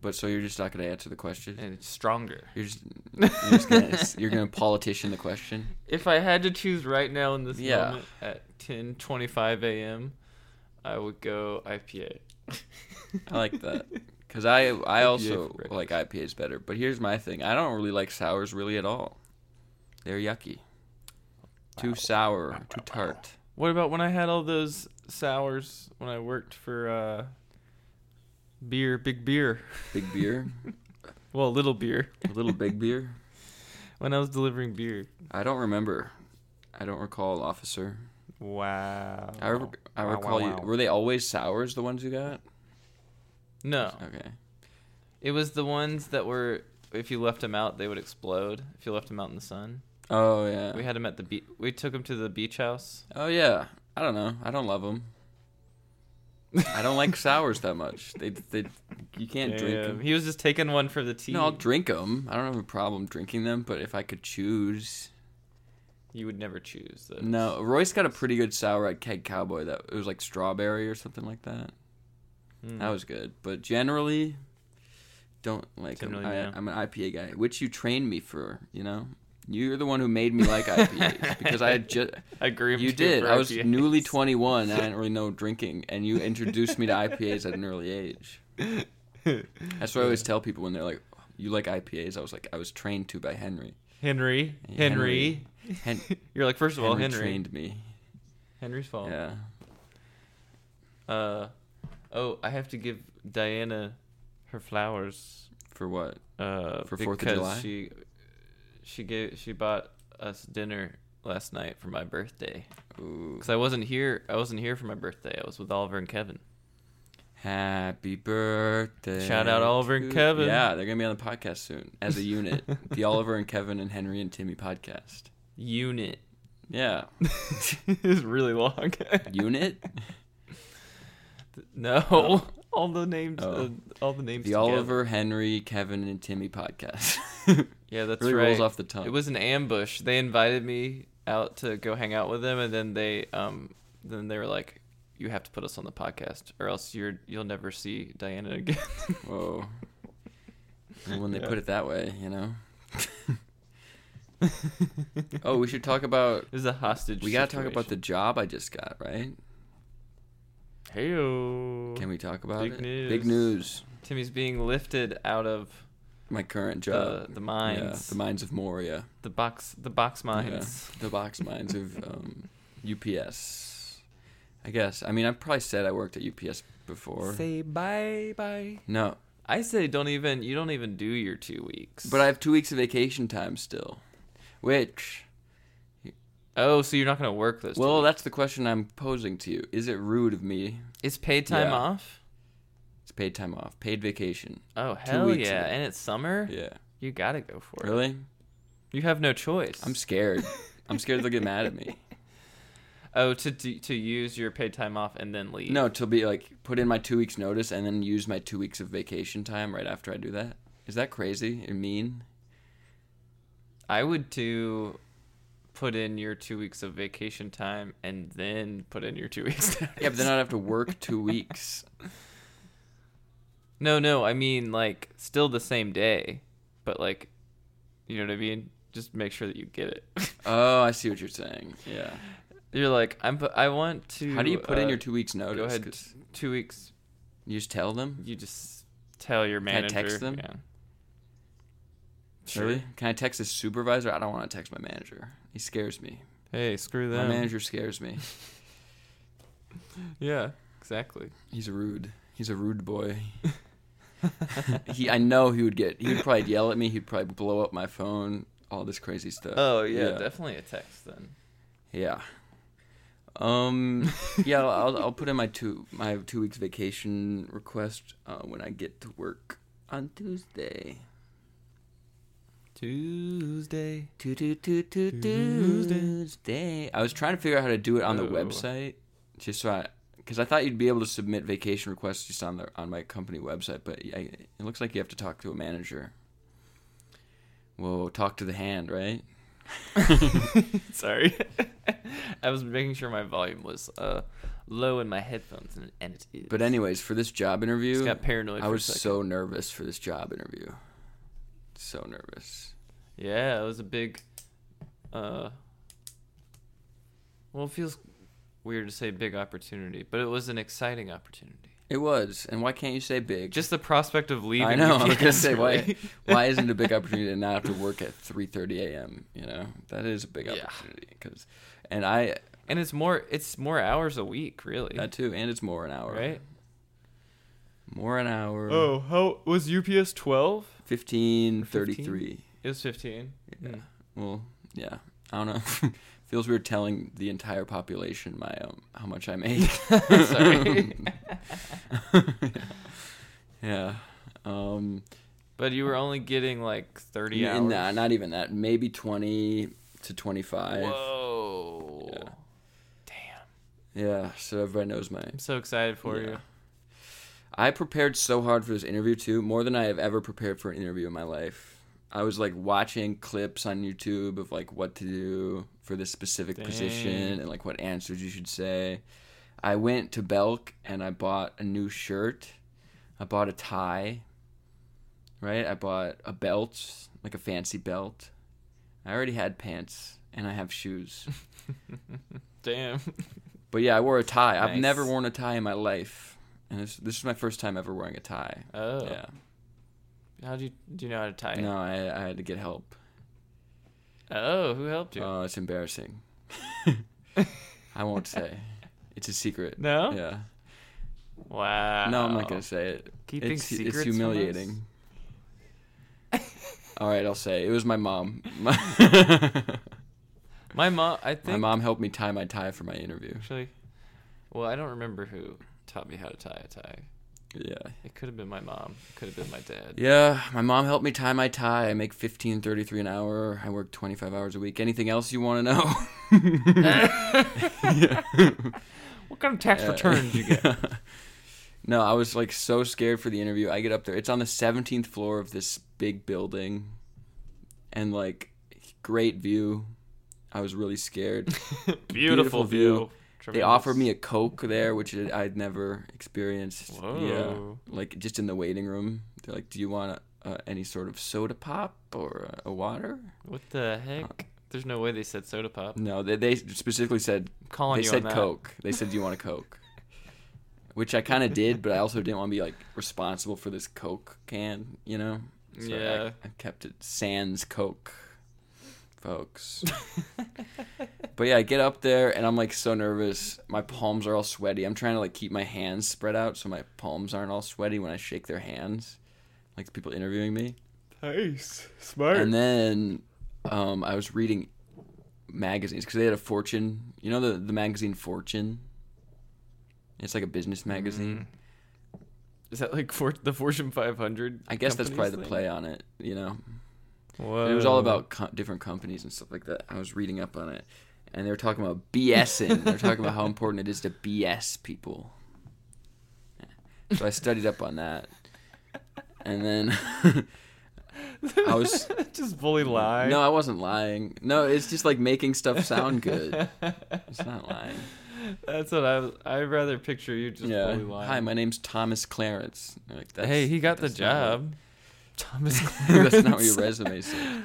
Speaker 2: But so you're just not gonna answer the question.
Speaker 1: and it's stronger.
Speaker 2: You're just, you're, just gonna, you're gonna politician the question.
Speaker 1: If I had to choose right now in this
Speaker 2: Yeah.
Speaker 1: moment at ten twenty five a.m., I would go IPA.
Speaker 2: I like that because I I also
Speaker 1: for breakfast.
Speaker 2: like IPAs better. But here's my thing: I don't really like sours really at all. They're yucky. Too sour. Too tart.
Speaker 1: What about when I had all those sours when I worked for uh, Beer, big beer.
Speaker 2: Big beer,
Speaker 1: Well, little beer.
Speaker 2: little big beer.
Speaker 1: When I was delivering beer.
Speaker 2: I don't remember. I don't recall, officer.
Speaker 1: Wow.
Speaker 2: I, re- I
Speaker 1: Wow, wow,
Speaker 2: recall
Speaker 1: wow.
Speaker 2: you. Were they always sours? The ones you got?
Speaker 1: No,
Speaker 2: Okay.
Speaker 1: it was the ones that were. If you left them out, they would explode. If you left them out in the sun,
Speaker 2: Oh yeah.
Speaker 1: we had them at the beach. We took them to the beach house.
Speaker 2: oh yeah. I don't know. I don't love them. I don't like sours that much. They they you can't drink
Speaker 1: Damn,
Speaker 2: them.
Speaker 1: He was just taking one for the team.
Speaker 2: No, I'll drink them. I don't have a problem drinking them, but if I could choose,
Speaker 1: you would never choose. Those.
Speaker 2: no. Royce got a pretty good sour at Keg Cowboy. That it was like strawberry or something like that.
Speaker 1: Mm.
Speaker 2: That was good, but generally, don't like 'em.
Speaker 1: Generally,
Speaker 2: I,
Speaker 1: no.
Speaker 2: I'm an IPA guy, which you trained me for. You know, you're the one who made me like IPAs because I had just
Speaker 1: I groomed
Speaker 2: you did.
Speaker 1: for
Speaker 2: I was
Speaker 1: IPAs.
Speaker 2: newly 21. and I didn't really know drinking, and you introduced me to IPAs at an early age. That's what I always tell people when they're like, "You like IPAs?" I was like, "I was trained to by Henry."
Speaker 1: Henry, Henry.
Speaker 2: Henry. Hen-
Speaker 1: You're like, first of all, Henry. Oh.
Speaker 2: trained me.
Speaker 1: Henry's fault.
Speaker 2: Yeah.
Speaker 1: Uh, oh, I have to give Diana her flowers.
Speaker 2: For what?
Speaker 1: Uh,
Speaker 2: For Fourth of
Speaker 1: because
Speaker 2: July?
Speaker 1: she she gave she bought us dinner last night for my birthday
Speaker 2: Ooh.
Speaker 1: because I wasn't here. I wasn't here for my birthday. I was with Oliver and Kevin.
Speaker 2: Happy birthday.
Speaker 1: Shout out Oliver and
Speaker 2: to-
Speaker 1: Kevin.
Speaker 2: Yeah, they're going to be on the podcast soon as a unit. the Oliver and Kevin and Henry and Timmy podcast.
Speaker 1: Unit
Speaker 2: Yeah.
Speaker 1: is really long.
Speaker 2: Unit?
Speaker 1: no, all the names. Uh,
Speaker 2: Oh.
Speaker 1: all the names.
Speaker 2: The
Speaker 1: together.
Speaker 2: Oliver, Henry, Kevin, and Timmy podcast.
Speaker 1: Yeah, that's
Speaker 2: really
Speaker 1: right.
Speaker 2: rolls off the tongue.
Speaker 1: It was an ambush. They invited me out to go hang out with them, and then they um then they were like, "You have to put us on the podcast, or else you're you'll never see Diana again."
Speaker 2: Whoa. Well, when they
Speaker 1: Yeah.
Speaker 2: put it that way, you know? oh, we should talk about.
Speaker 1: it was a hostage.
Speaker 2: We got to talk about the job I just got, right?
Speaker 1: hey
Speaker 2: Can we talk about
Speaker 1: Big
Speaker 2: it?
Speaker 1: news.
Speaker 2: Big news.
Speaker 1: Timmy's being lifted out of
Speaker 2: My current
Speaker 1: the
Speaker 2: job.
Speaker 1: the
Speaker 2: Yeah,
Speaker 1: mines,
Speaker 2: the mines of Moria.
Speaker 1: the box, the box mines.
Speaker 2: the box mines of um, UPS. I guess. I mean, I probably said I worked at UPS before.
Speaker 1: Say bye bye.
Speaker 2: no,
Speaker 1: I say don't even. You don't even do your two weeks.
Speaker 2: but I have two weeks of vacation time still. Which,
Speaker 1: oh, so you're not gonna work those. two
Speaker 2: well,
Speaker 1: weeks.
Speaker 2: that's the question I'm posing to you. Is it rude of me?
Speaker 1: is paid time
Speaker 2: yeah.
Speaker 1: off.
Speaker 2: It's paid time off, paid vacation.
Speaker 1: Oh hell
Speaker 2: weeks
Speaker 1: yeah!
Speaker 2: of it.
Speaker 1: And it's summer.
Speaker 2: Yeah.
Speaker 1: You gotta go for it.
Speaker 2: Really?
Speaker 1: You have no choice.
Speaker 2: I'm scared. I'm scared they'll get mad at me.
Speaker 1: oh, to, to to use your paid time off and then leave.
Speaker 2: No, to be like put in my two weeks notice and then use my two weeks of vacation time right after I do that. Is that crazy or mean?
Speaker 1: I would do put in your two weeks of vacation time and then put in your two weeks. notice.
Speaker 2: Yeah, but then I'd have to work two weeks.
Speaker 1: no, no, I mean like still the same day, but like, you know what I mean. Just make sure that you get it.
Speaker 2: Oh, I see what you're saying. Yeah.
Speaker 1: You're like I'm. pu- I want to.
Speaker 2: How do you put in
Speaker 1: uh,
Speaker 2: your two weeks notice?
Speaker 1: Go ahead.
Speaker 2: 'Cause
Speaker 1: Two weeks.
Speaker 2: You just tell them.
Speaker 1: You just tell your
Speaker 2: Can I
Speaker 1: manager.
Speaker 2: text them?
Speaker 1: Yeah.
Speaker 2: Really? Can I text his supervisor? I don't want to text my manager. He scares me.
Speaker 1: Hey, screw
Speaker 2: My
Speaker 1: them.
Speaker 2: manager scares me.
Speaker 1: Yeah, exactly.
Speaker 2: He's rude. He's a rude boy. he, I know he would get. He would probably yell at me. He'd probably blow up my phone. All this crazy stuff.
Speaker 1: Oh yeah,
Speaker 2: Yeah.
Speaker 1: definitely a text then.
Speaker 2: Yeah. Um. yeah. I'll, I'll put in my two my two weeks vacation request uh, when I get to work on Tuesday.
Speaker 1: Tuesday.
Speaker 2: Too, too, too, too,
Speaker 1: Tuesday.
Speaker 2: Tuesday. I was trying to figure out how to do it on the
Speaker 1: Oh.
Speaker 2: website, just so I, because I thought you'd be able to submit vacation requests just on the on my company website, but I, it looks like you have to talk to a manager. Whoa, talk to the hand, right?
Speaker 1: Sorry, I was making sure my volume was uh, low in my headphones, and, and it is.
Speaker 2: But anyways, for this job interview,
Speaker 1: just got paranoid.
Speaker 2: I
Speaker 1: for
Speaker 2: was
Speaker 1: a second.
Speaker 2: so nervous for this job interview. So nervous.
Speaker 1: yeah. It was a big. Uh, well, it feels weird to say big opportunity, but it was an exciting opportunity.
Speaker 2: It was, and why can't you say big?
Speaker 1: Just the prospect of leaving.
Speaker 2: I know. I was
Speaker 1: UPS
Speaker 2: gonna say
Speaker 1: really-
Speaker 2: why. Why isn't it a big opportunity to not have to work at 3:30 a.m. You know that is a big
Speaker 1: Yeah.
Speaker 2: opportunity because, and I
Speaker 1: And it's more. It's more hours a week, really.
Speaker 2: that too, and it's more an hour.
Speaker 1: right.
Speaker 2: More an hour.
Speaker 1: Oh, how was UPS 12?
Speaker 2: 1533.
Speaker 1: It was 15.
Speaker 2: Yeah.
Speaker 1: Mm.
Speaker 2: Well, yeah. I don't know. Feels weird telling the entire population my um how much I make.
Speaker 1: Sorry.
Speaker 2: yeah. Um
Speaker 1: But you were only getting like 30 hours.
Speaker 2: n- nah, not even that. Maybe 20 to 25.
Speaker 1: Whoa.
Speaker 2: Yeah.
Speaker 1: Damn.
Speaker 2: Yeah, so everybody knows my
Speaker 1: I'm so excited for
Speaker 2: Yeah.
Speaker 1: you.
Speaker 2: I prepared so hard for this interview too, more than I have ever prepared for an interview in my life. I was like watching clips on YouTube of like what to do for this specific position
Speaker 1: Dang.
Speaker 2: and like what answers you should say. I went to Belk and I bought a new shirt. I bought a tie. Right? I bought a belt, like a fancy belt. I already had pants and I have shoes.
Speaker 1: Damn.
Speaker 2: But yeah, I wore a tie. I've
Speaker 1: Nice.
Speaker 2: never worn a tie in my life. And this this is my first time ever wearing a tie.
Speaker 1: Oh.
Speaker 2: Yeah.
Speaker 1: How do you do you know how to tie it?
Speaker 2: No, I, I had to get help.
Speaker 1: Oh, who helped you?
Speaker 2: Oh, it's embarrassing. I won't say. It's a secret.
Speaker 1: no?
Speaker 2: Yeah.
Speaker 1: Wow.
Speaker 2: No, I'm not gonna say it.
Speaker 1: Keeping
Speaker 2: it's,
Speaker 1: secrets
Speaker 2: It's
Speaker 1: from us?
Speaker 2: humiliating. All right, I'll say it was my mom. My,
Speaker 1: My mom I
Speaker 2: my
Speaker 1: think
Speaker 2: mom helped me tie my tie for my interview.
Speaker 1: actually well, I don't remember who taught me how to tie a tie.
Speaker 2: Yeah.
Speaker 1: It could have been my mom. It could have been my dad.
Speaker 2: Yeah, my mom helped me tie my tie. I make fifteen thirty three an hour. I work twenty five hours a week. Anything else you want to know?
Speaker 1: What kind of tax
Speaker 2: Yeah.
Speaker 1: returns you get?
Speaker 2: Uh, no, I was like so scared for the interview. I get up there. It's on the 17th floor of this big building and like great view. I was really scared.
Speaker 1: Beautiful,
Speaker 2: Beautiful view.
Speaker 1: view.
Speaker 2: they offered me a Coke there, which I'd never experienced.
Speaker 1: Whoa.
Speaker 2: Yeah. Like just in the waiting room. They're like, do you want uh, any sort of soda pop or uh, a water?
Speaker 1: What the
Speaker 2: Uh,
Speaker 1: heck? There's no way they said soda pop.
Speaker 2: No, they, they specifically said
Speaker 1: I'm calling
Speaker 2: they
Speaker 1: you
Speaker 2: said
Speaker 1: on that.
Speaker 2: Coke. They said, "Do you want a Coke?" Which I kind of did, but I also didn't want to be like responsible for this Coke can, you know. I-
Speaker 1: Yeah.
Speaker 2: I, kept it sans Coke, folks. but yeah, I get up there and I'm like so nervous. My palms are all sweaty. I'm trying to like keep my hands spread out so my palms aren't all sweaty when I shake their hands, like the people interviewing me.
Speaker 1: Nice, smart.
Speaker 2: And then um, I was reading magazines because they had a Fortune. You know the the magazine Fortune. It's like a business magazine.
Speaker 1: Is that like for the Fortune 500?
Speaker 2: I guess that's
Speaker 1: companies
Speaker 2: probably the
Speaker 1: thing?
Speaker 2: play on it. You know,
Speaker 1: Whoa.
Speaker 2: it was
Speaker 1: Um,
Speaker 2: all about co- different companies and stuff like that. I was reading up on it, and they were talking about BSing. They're talking about how important it is to BS people. So I studied up on that, and then I was.
Speaker 1: just fully lie.
Speaker 2: No, I wasn't lying. No, it's just like making stuff sound good. it's not lying.
Speaker 1: that's what I. was- I'd rather picture you just
Speaker 2: yeah.
Speaker 1: fully lying.
Speaker 2: Hi, my name's Thomas Clarence. They're Like, that's,
Speaker 1: hey, he got the
Speaker 2: that's not
Speaker 1: job. Thomas.
Speaker 2: what- that's not what
Speaker 1: Clarence.
Speaker 2: your resume says.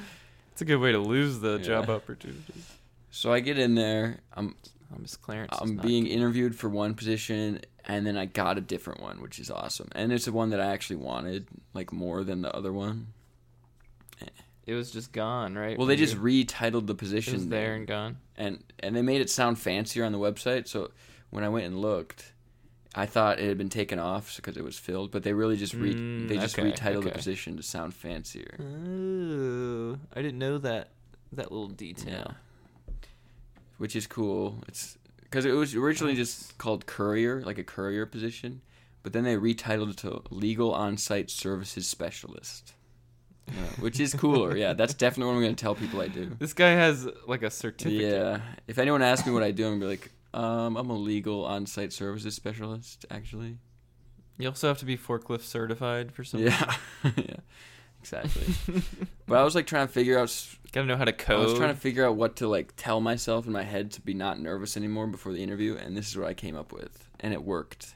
Speaker 1: It's a good way to lose the job
Speaker 2: Yeah.
Speaker 1: opportunity.
Speaker 2: So I get in there. I'm
Speaker 1: Thomas Clarence. is
Speaker 2: I'm
Speaker 1: not
Speaker 2: being interviewed for one position, and then I got a different one, which is awesome. And it's the one that I actually wanted, like more than the other one.
Speaker 1: It was just gone, right?
Speaker 2: Well, they
Speaker 1: When you-
Speaker 2: just retitled the
Speaker 1: it was
Speaker 2: position
Speaker 1: there and gone.
Speaker 2: and and they made it sound fancier on the website. So when I went and looked, I thought it had been taken off because it was filled, but they really just re-
Speaker 1: Mm,
Speaker 2: they just
Speaker 1: okay,
Speaker 2: retitled the
Speaker 1: okay.
Speaker 2: position to sound fancier.
Speaker 1: Ooh, I didn't know that that little
Speaker 2: Yeah.
Speaker 1: detail.
Speaker 2: Which is cool. It's because it was originally just called courier, like a courier position, but then they retitled it to legal on-site services specialist, Yeah, which is cooler. yeah, that's definitely what I'm going to tell people I do.
Speaker 1: This guy has like a certificate.
Speaker 2: Yeah. If anyone asks me what I do, I'm gonna be like, um, I'm a legal on-site services specialist, actually.
Speaker 1: You also have to be forklift certified for something.
Speaker 2: Yeah. yeah. Exactly. but I was like trying to figure out. s-
Speaker 1: Gotta know how to
Speaker 2: I
Speaker 1: code.
Speaker 2: was trying to figure out what to like tell myself in my head to be not nervous anymore before the interview, and this is what I came up with, and it worked.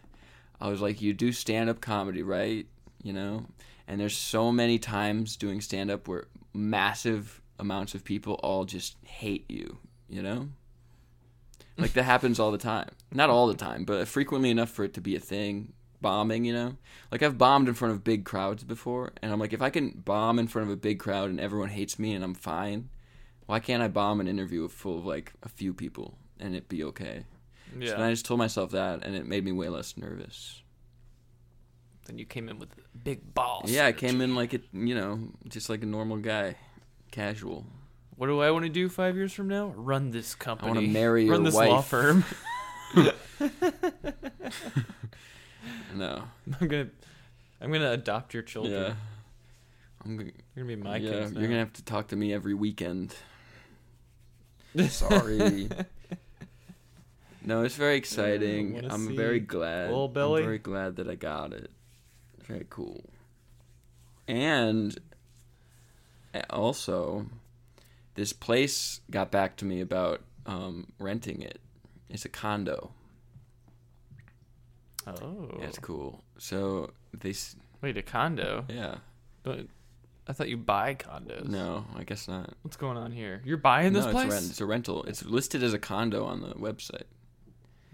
Speaker 2: I was like, you do stand-up comedy, right? You know, and there's so many times doing stand-up where massive amounts of people all just hate you. You know. Like that happens all the time. Not all the time, but frequently enough for it to be a thing. Bombing, you know? Like I've bombed in front of big crowds before and I'm like if I can bomb in front of a big crowd and everyone hates me and I'm fine, why can't I bomb an interview full of like a few people and it be okay? So then I just told myself that and it made me way less nervous.
Speaker 1: something. You came in with big balls.
Speaker 2: Yeah, I came in like it, you know, just like a normal guy, casual.
Speaker 1: What do I want to do five years from now? Run this company.
Speaker 2: marry your
Speaker 1: Run this law
Speaker 2: wife.
Speaker 1: firm.
Speaker 2: No,
Speaker 1: I'm gonna, I'm gonna adopt your children.
Speaker 2: yeah, I'm gonna,
Speaker 1: You're gonna be my
Speaker 2: yeah,
Speaker 1: kids.
Speaker 2: you're
Speaker 1: now.
Speaker 2: gonna have to talk to me every weekend. Sorry. no, it's very exciting.
Speaker 1: wanna
Speaker 2: I'm very
Speaker 1: see
Speaker 2: glad.
Speaker 1: Old Belly?
Speaker 2: I'm very glad that I got it. Very cool. And uh, also, this place got back to me about um, renting it. It's a condo.
Speaker 1: Oh,
Speaker 2: That's cool. So they, s-
Speaker 1: wait, a condo?
Speaker 2: yeah.
Speaker 1: Don't- I thought you buy condos.
Speaker 2: No, I guess not.
Speaker 1: What's going on here? You're buying this
Speaker 2: no,
Speaker 1: place?
Speaker 2: It's, rent, it's a rental. It's listed as a condo on the website.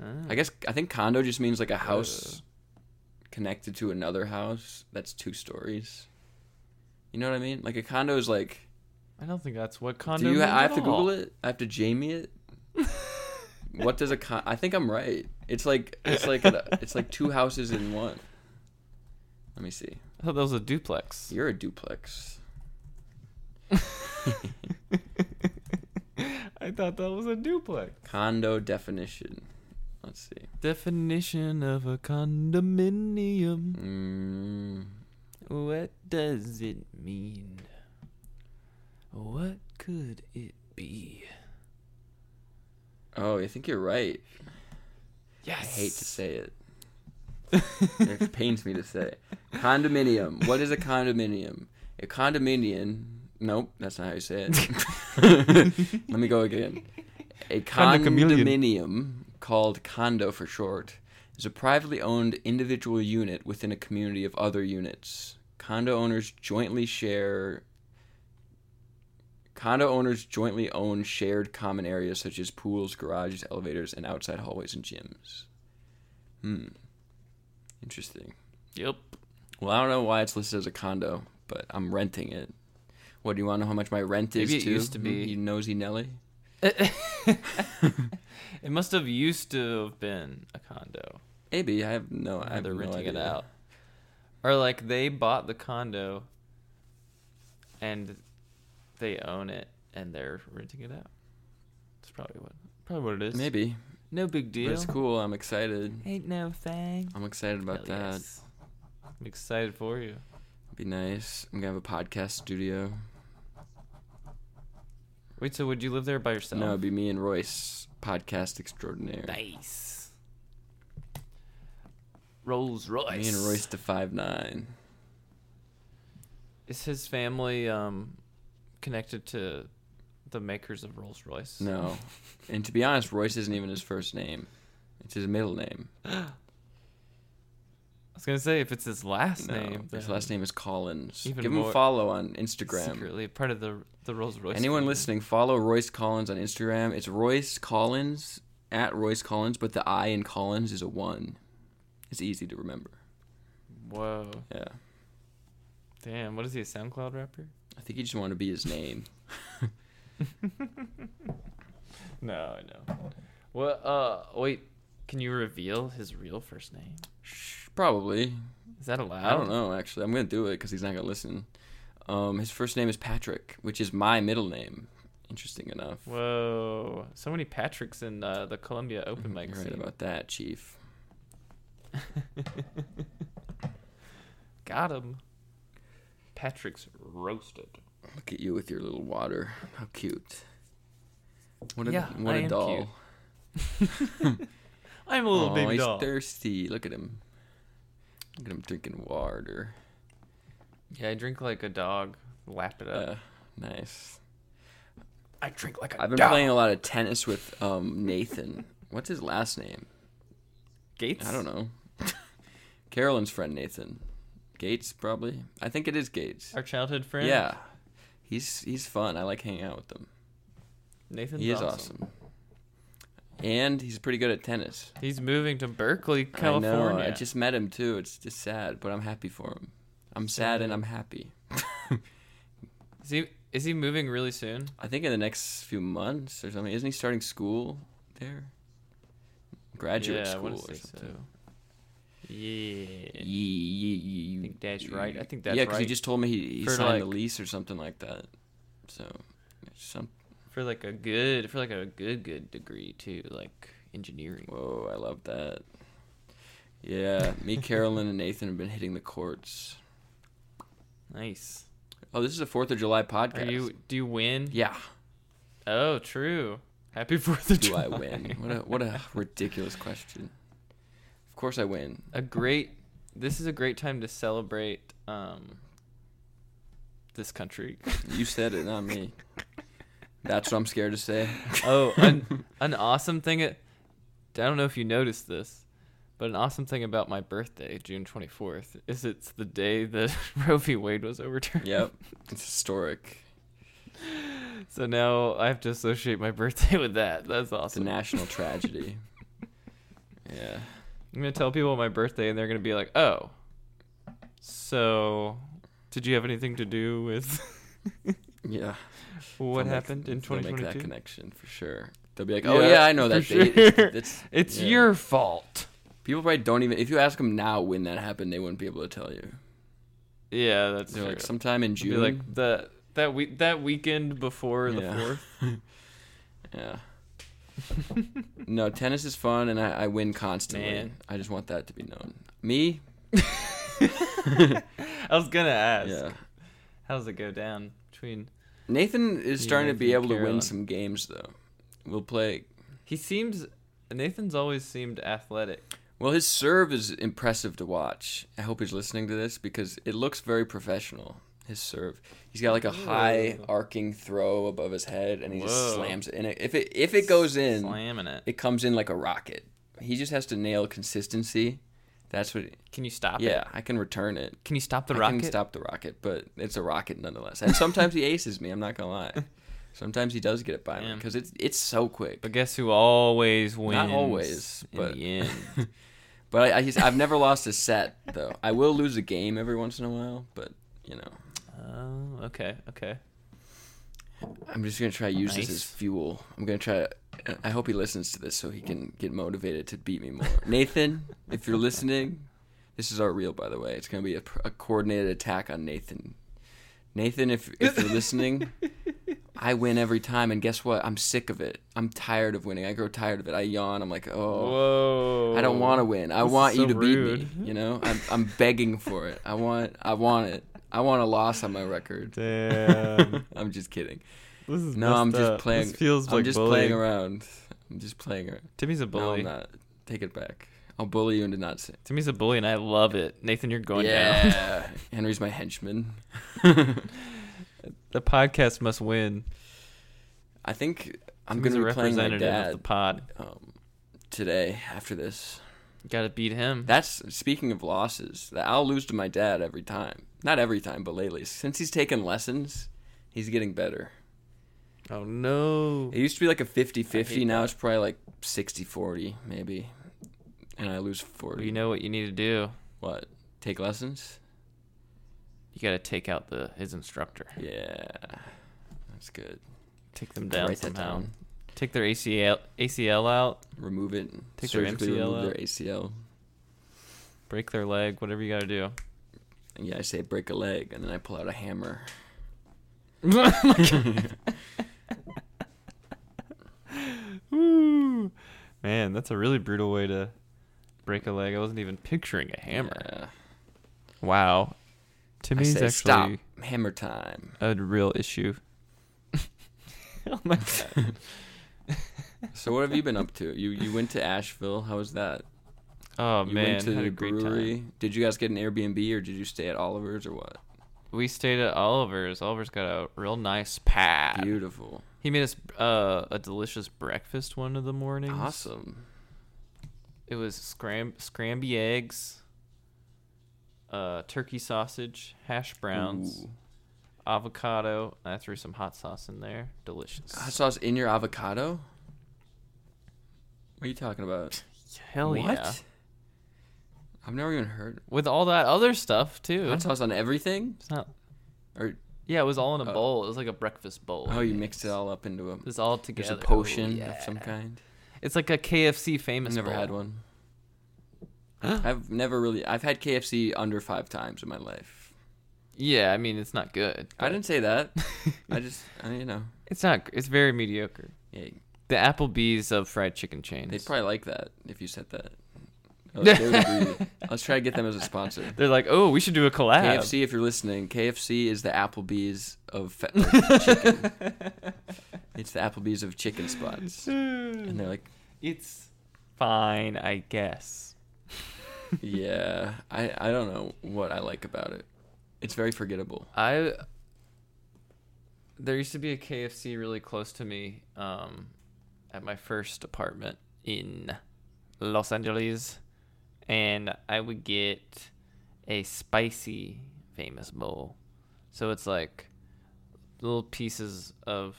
Speaker 1: Oh.
Speaker 2: I guess I think condo just means
Speaker 1: Uh.
Speaker 2: like a house connected to another house that's two stories. You know what I mean? Like a condo is like.
Speaker 1: I don't think that's what condo.
Speaker 2: do you?
Speaker 1: means
Speaker 2: I
Speaker 1: at
Speaker 2: have to Google
Speaker 1: all.
Speaker 2: it. I have to Jamie it. what does a con? I think I'm right. It's like it's like a, it's like two houses in one. Let me see.
Speaker 1: I thought that was a duplex.
Speaker 2: You're a duplex.
Speaker 1: I thought that was a duplex.
Speaker 2: Condo definition. Let's see.
Speaker 1: Definition of a condominium.
Speaker 2: Mm,
Speaker 1: What does it mean? What could it be?
Speaker 2: oh, I think you're right.
Speaker 1: Yes.
Speaker 2: I hate to say it. it pains me to say. it. Condominium. What is a condominium? A condominium. Nope, that's not how you say it. Let me go again. A
Speaker 1: Condochameleon.
Speaker 2: condominium, called condo for short, is a privately owned individual unit within a community of other units. Condo owners jointly share. Condo owners jointly own shared common areas such as pools, garages, elevators, and outside hallways and gyms. Hmm. Interesting.
Speaker 1: Yep.
Speaker 2: Well, I don't know why it's listed as a condo, but I'm renting it. What do you want to know how much my rent is?
Speaker 1: Maybe it
Speaker 2: too?
Speaker 1: used to be-
Speaker 2: You nosy Nelly.
Speaker 1: It must have used to have been a condo.
Speaker 2: Maybe I have no. I
Speaker 1: Now
Speaker 2: have
Speaker 1: they're
Speaker 2: no
Speaker 1: renting it
Speaker 2: idea.
Speaker 1: out. Or like they bought the condo and they own it and they're renting it out. That's probably what probably what it is.
Speaker 2: Maybe.
Speaker 1: No big
Speaker 2: But
Speaker 1: deal.
Speaker 2: it's cool. I'm excited.
Speaker 1: Ain't no thing.
Speaker 2: I'm excited about
Speaker 1: Hell
Speaker 2: that.
Speaker 1: yes. I'm excited for you.
Speaker 2: Be nice. I'm gonna have a podcast studio.
Speaker 1: Wait, so would you live there by yourself?
Speaker 2: No, it'd be me and Royce, podcast extraordinaire.
Speaker 1: nice. Rolls Royce.
Speaker 2: Me and Royce to five nine.
Speaker 1: Is his family um connected to the makers of Rolls Royce?
Speaker 2: No, and to be honest, Royce isn't even his first name. It's his middle name.
Speaker 1: I was gonna say if it's his last
Speaker 2: No,
Speaker 1: name,
Speaker 2: his
Speaker 1: then
Speaker 2: last name is Collins.
Speaker 1: Even
Speaker 2: Give him
Speaker 1: more-
Speaker 2: a follow on Instagram.
Speaker 1: secretly part of the the Rolls Royce.
Speaker 2: Anyone
Speaker 1: family.
Speaker 2: listening, follow Royce Collins on Instagram. It's Royce Collins at Royce Collins, but the I in Collins is a one. It's easy to remember.
Speaker 1: Whoa,
Speaker 2: Yeah,
Speaker 1: damn! What is he a SoundCloud rapper?
Speaker 2: I think he just wanted to be his name.
Speaker 1: No, I know. What? Uh, wait. Can you reveal his real first name?
Speaker 2: Shh, Probably.
Speaker 1: Is that allowed?
Speaker 2: I don't know. Actually, I'm gonna do it because he's not gonna listen. Um, his first name is Patrick, which is my middle name. Interesting enough.
Speaker 1: Whoa! So many Patricks in uh, the Columbia open mic
Speaker 2: You're right
Speaker 1: scene.
Speaker 2: about that, Chief.
Speaker 1: Got him. Patrick's roasted.
Speaker 2: Look at you with your little water. How cute. What a
Speaker 1: Yeah,
Speaker 2: what
Speaker 1: I
Speaker 2: a
Speaker 1: am
Speaker 2: doll.
Speaker 1: cute. I'm a little
Speaker 2: Aw,
Speaker 1: baby
Speaker 2: he's
Speaker 1: doll.
Speaker 2: thirsty. Look at him. Look at him drinking water.
Speaker 1: yeah, I drink like a dog. Lap it up.
Speaker 2: Uh, nice.
Speaker 1: I drink like a
Speaker 2: I've been playing a lot of tennis with um, Nathan. What's his last name?
Speaker 1: Gates.
Speaker 2: I don't know. Carolyn's friend Nathan. Gates probably. I think it is Gates.
Speaker 1: Our childhood friend.
Speaker 2: Yeah. He's he's fun. I like hanging out with him.
Speaker 1: Nathan's
Speaker 2: He is awesome. And he's pretty good at tennis.
Speaker 1: He's moving to Berkeley,
Speaker 2: I know.
Speaker 1: California.
Speaker 2: I just met him too. It's just sad, but I'm happy for him. I'm sad and I'm happy.
Speaker 1: is he is he moving really soon?
Speaker 2: I think in the next few months or something. Isn't he starting school there? Graduate
Speaker 1: yeah, I
Speaker 2: school
Speaker 1: wanna
Speaker 2: or
Speaker 1: say
Speaker 2: something.
Speaker 1: so. Yeah.
Speaker 2: Ye, ye, ye, you-
Speaker 1: I think that's right. I think that's
Speaker 2: yeah, he
Speaker 1: right.
Speaker 2: just told me he, he
Speaker 1: For,
Speaker 2: signed a
Speaker 1: like-
Speaker 2: lease or something like that. So, some.
Speaker 1: for like a good for like a good good degree too, like engineering.
Speaker 2: Whoa, I love that. Yeah, me, Carolyn, and Nathan have been hitting the courts.
Speaker 1: Nice.
Speaker 2: Oh, this is a Fourth of July
Speaker 1: Are
Speaker 2: podcast.
Speaker 1: you do you win?
Speaker 2: Yeah.
Speaker 1: Oh, true. Happy Fourth of
Speaker 2: Do
Speaker 1: July.
Speaker 2: I win? What a what a ridiculous question. Of course I win.
Speaker 1: a great this is a great time to celebrate um this country
Speaker 2: You said it, not me. That's what I'm scared to say.
Speaker 1: oh an, an awesome thing i don't know if you noticed this but an awesome thing about my birthday june 24th is it's the day that roe v wade was overturned
Speaker 2: Yep. It's historic.
Speaker 1: so now i have to associate my birthday with that that's
Speaker 2: It's a
Speaker 1: awesome
Speaker 2: national tragedy. Yeah.
Speaker 1: i'm gonna tell people my birthday and they're gonna be like oh so did you have anything to do with
Speaker 2: Yeah.
Speaker 1: what
Speaker 2: They'll make-
Speaker 1: happened in
Speaker 2: they'll Make that
Speaker 1: 2022
Speaker 2: connection for sure. They'll be like, "Oh yeah,
Speaker 1: Yeah,
Speaker 2: I know that
Speaker 1: for
Speaker 2: date.
Speaker 1: sure.
Speaker 2: It's, it's-
Speaker 1: it's
Speaker 2: yeah.
Speaker 1: your fault
Speaker 2: People probably don't even. If you ask them now when that happened, they wouldn't be able to tell you.
Speaker 1: Yeah, that's
Speaker 2: They're
Speaker 1: true.
Speaker 2: like sometime in
Speaker 1: It'd be
Speaker 2: June.
Speaker 1: like the that week that weekend before the
Speaker 2: Yeah.
Speaker 1: fourth.
Speaker 2: yeah. no, tennis is fun, and I, I win constantly.
Speaker 1: Man.
Speaker 2: I just want that to be known. Me,
Speaker 1: I was gonna ask,
Speaker 2: yeah.
Speaker 1: how's it go down between?
Speaker 2: Nathan is
Speaker 1: You,
Speaker 2: starting to be
Speaker 1: Nathan,
Speaker 2: able to win
Speaker 1: Caroline.
Speaker 2: some games though. We'll play.
Speaker 1: He seems Nathan's always seemed athletic.
Speaker 2: Well, his serve is impressive to watch. I hope he's listening to this because it looks very professional. His serve. He's got like a high
Speaker 1: Ooh.
Speaker 2: arcing throw above his head, and he just
Speaker 1: Whoa.
Speaker 2: slams it. And it- if it if it goes in,
Speaker 1: slamming it.
Speaker 2: it comes in like a rocket. He just has to nail consistency. That's what.
Speaker 1: Can you stop it?
Speaker 2: Yeah, I can return it.
Speaker 1: Can you stop the
Speaker 2: I
Speaker 1: rocket?
Speaker 2: can stop the rocket, but it's a rocket nonetheless. And sometimes he aces me. I'm not gonna lie. Sometimes he does get it by me
Speaker 1: Damn.
Speaker 2: because it's it's so quick.
Speaker 1: But guess who always wins?
Speaker 2: Not always,
Speaker 1: in
Speaker 2: but
Speaker 1: the end.
Speaker 2: but I, I just, I've never lost a set though. I will lose a game every once in a while, but you know,
Speaker 1: oh, okay, okay.
Speaker 2: I'm just gonna try to use this
Speaker 1: Nice.
Speaker 2: as fuel. I'm gonna try. To, I hope he listens to this so he can get motivated to beat me more. Nathan, if you're listening, this is our reel by the way. It's gonna be a, pr- a coordinated attack on Nathan. Nathan, if if you're listening, I win every time, and guess what? I'm sick of it. I'm tired of winning. I grow tired of it. I yawn. I'm like, oh.
Speaker 1: Whoa!
Speaker 2: I don't want to win. I
Speaker 1: Oh, This is
Speaker 2: want you
Speaker 1: so
Speaker 2: to beat me.
Speaker 1: rude.
Speaker 2: You know, I'm, I'm begging for it. I want, I want it. I want a loss on my record.
Speaker 1: Damn,
Speaker 2: I'm just kidding.
Speaker 1: this is
Speaker 2: No, I'm
Speaker 1: messed
Speaker 2: just
Speaker 1: up.
Speaker 2: playing.
Speaker 1: This feels
Speaker 2: I'm
Speaker 1: like
Speaker 2: just
Speaker 1: bullying.
Speaker 2: playing around. I'm just playing around.
Speaker 1: Timmy's a
Speaker 2: No,
Speaker 1: bully.
Speaker 2: I'm not. Take it back. I'll bully you into not saying.
Speaker 1: Timmy's a bully, and I love it. Nathan, you're going down.
Speaker 2: yeah, Henry's my henchman.
Speaker 1: The podcast must win.
Speaker 2: I think I'm
Speaker 1: He's
Speaker 2: gonna
Speaker 1: a
Speaker 2: be playing my
Speaker 1: representative of the
Speaker 2: dad
Speaker 1: pod.
Speaker 2: um, today after this.
Speaker 1: Got to beat him.
Speaker 2: That's speaking of losses. that I'll lose to my dad every time. Not every time, but lately. Since he's taken lessons, he's getting better.
Speaker 1: oh no.
Speaker 2: It used to be like a 50
Speaker 1: I
Speaker 2: 50.
Speaker 1: hate
Speaker 2: Now
Speaker 1: that.
Speaker 2: it's probably like 60 40, maybe. And I lose 40.
Speaker 1: Well, you know what you need to do.
Speaker 2: what? Take lessons?
Speaker 1: You got to take out the his instructor.
Speaker 2: Yeah. That's good.
Speaker 1: Take them down
Speaker 2: Write that
Speaker 1: somehow.
Speaker 2: down.
Speaker 1: Take their ACL ACL out.
Speaker 2: Remove it.
Speaker 1: Take their
Speaker 2: surgically
Speaker 1: MCL
Speaker 2: remove
Speaker 1: out.
Speaker 2: their ACL.
Speaker 1: Break their leg. Whatever you got to do.
Speaker 2: And yeah, I say break a leg, and then I pull out a hammer.
Speaker 1: Woo. Man, that's a really brutal way to break a leg. I wasn't even picturing a hammer.
Speaker 2: Yeah.
Speaker 1: Wow.
Speaker 2: I
Speaker 1: Timmy's
Speaker 2: say,
Speaker 1: actually
Speaker 2: stop. Hammer time.
Speaker 1: a real issue. oh my god.
Speaker 2: So what have you been up to? You you went to Asheville. How was that?
Speaker 1: Oh
Speaker 2: you
Speaker 1: man,
Speaker 2: went to
Speaker 1: had
Speaker 2: the
Speaker 1: a great
Speaker 2: brewery.
Speaker 1: time.
Speaker 2: Did you guys get an Airbnb or did you stay at Oliver's or what?
Speaker 1: We stayed at Oliver's. Oliver's got a real nice pad.
Speaker 2: Beautiful.
Speaker 1: He made us uh, a delicious breakfast one of the mornings.
Speaker 2: Awesome.
Speaker 1: It was scram scramby eggs, uh, turkey sausage, hash browns,
Speaker 2: Ooh.
Speaker 1: avocado. I threw some hot sauce in there. Delicious.
Speaker 2: Hot sauce in your avocado? What are you talking about?
Speaker 1: Hell Oh, yeah.
Speaker 2: I've never even heard.
Speaker 1: With all that other stuff too.
Speaker 2: Hot sauce on everything?
Speaker 1: It's not-
Speaker 2: Or
Speaker 1: yeah, it was all in a
Speaker 2: Oh.
Speaker 1: bowl. It was like a breakfast bowl.
Speaker 2: oh, you mixed it all up into a
Speaker 1: It was all
Speaker 2: there's
Speaker 1: together.
Speaker 2: a
Speaker 1: Oh,
Speaker 2: potion
Speaker 1: yeah.
Speaker 2: of some kind.
Speaker 1: It's like a KFC
Speaker 2: I've
Speaker 1: famous.
Speaker 2: never
Speaker 1: bowl.
Speaker 2: had one. I've never really. I've had KFC under five times in my life.
Speaker 1: Yeah, I mean it's not good.
Speaker 2: I
Speaker 1: but
Speaker 2: didn't say that. I just, I, you know,
Speaker 1: It's not. It's very mediocre.
Speaker 2: yeah,
Speaker 1: The Applebee's of fried chicken chains.
Speaker 2: they'd probably like that if you said that. Oh, they would agree. Let's try to get them as a sponsor.
Speaker 1: They're like, oh, we should do a collab.
Speaker 2: KFC, if you're listening, KFC is the Applebee's of fe- like, chicken. It's the Applebee's of chicken spots, and they're like,
Speaker 1: Hmm. it's fine, I guess.
Speaker 2: yeah, I, I don't know what I like about it. It's very forgettable.
Speaker 1: I there used to be a KFC really close to me um, at my first apartment in Los Angeles, and I would get a spicy famous bowl. So it's like little pieces of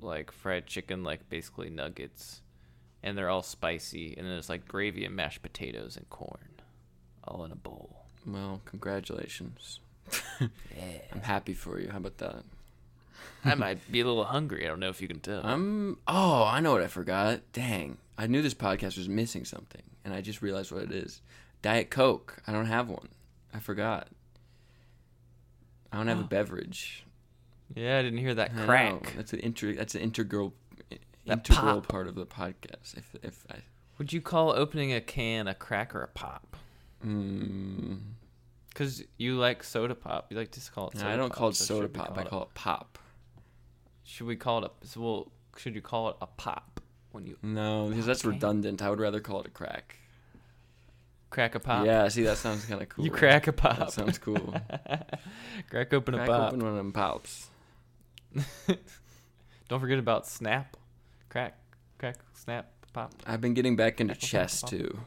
Speaker 1: like fried chicken, like basically nuggets, and they're all spicy, and then it's like gravy and mashed potatoes and corn, all in a bowl.
Speaker 2: Well, congratulations.
Speaker 1: Yeah.
Speaker 2: I'm happy for you. How about that?
Speaker 1: I might be a little hungry. I don't know if you can tell.
Speaker 2: I'm. Oh, I know what I forgot. Dang, I knew this podcast was missing something, and I just realized what it is. Diet Coke. I don't have one. I forgot. I don't have a beverage.
Speaker 1: Yeah, I didn't hear that
Speaker 2: I know.
Speaker 1: Oh. crack.
Speaker 2: That's an inter. That's an integral,
Speaker 1: That
Speaker 2: integral
Speaker 1: pop.
Speaker 2: part of the podcast. If if I,
Speaker 1: Would you call opening a can a crack or a pop?
Speaker 2: mm,
Speaker 1: Because you like soda pop. You like to call it. Soda
Speaker 2: I don't
Speaker 1: pop,
Speaker 2: call it
Speaker 1: so
Speaker 2: soda
Speaker 1: should we
Speaker 2: pop. I
Speaker 1: it-
Speaker 2: call it pop.
Speaker 1: Should we call it a? So well, should you call it a pop when you
Speaker 2: No, because that's
Speaker 1: Okay.
Speaker 2: redundant. I would rather call it a crack.
Speaker 1: crack a pop?
Speaker 2: Yeah, see, that sounds kind of cool.
Speaker 1: You crack a pop.
Speaker 2: That sounds cool.
Speaker 1: crack open a
Speaker 2: crack
Speaker 1: pop.
Speaker 2: open one of them pops.
Speaker 1: Don't forget about snap, crack, crack, snap, pop.
Speaker 2: I've been getting back into
Speaker 1: Apple
Speaker 2: chess
Speaker 1: Pop.
Speaker 2: too.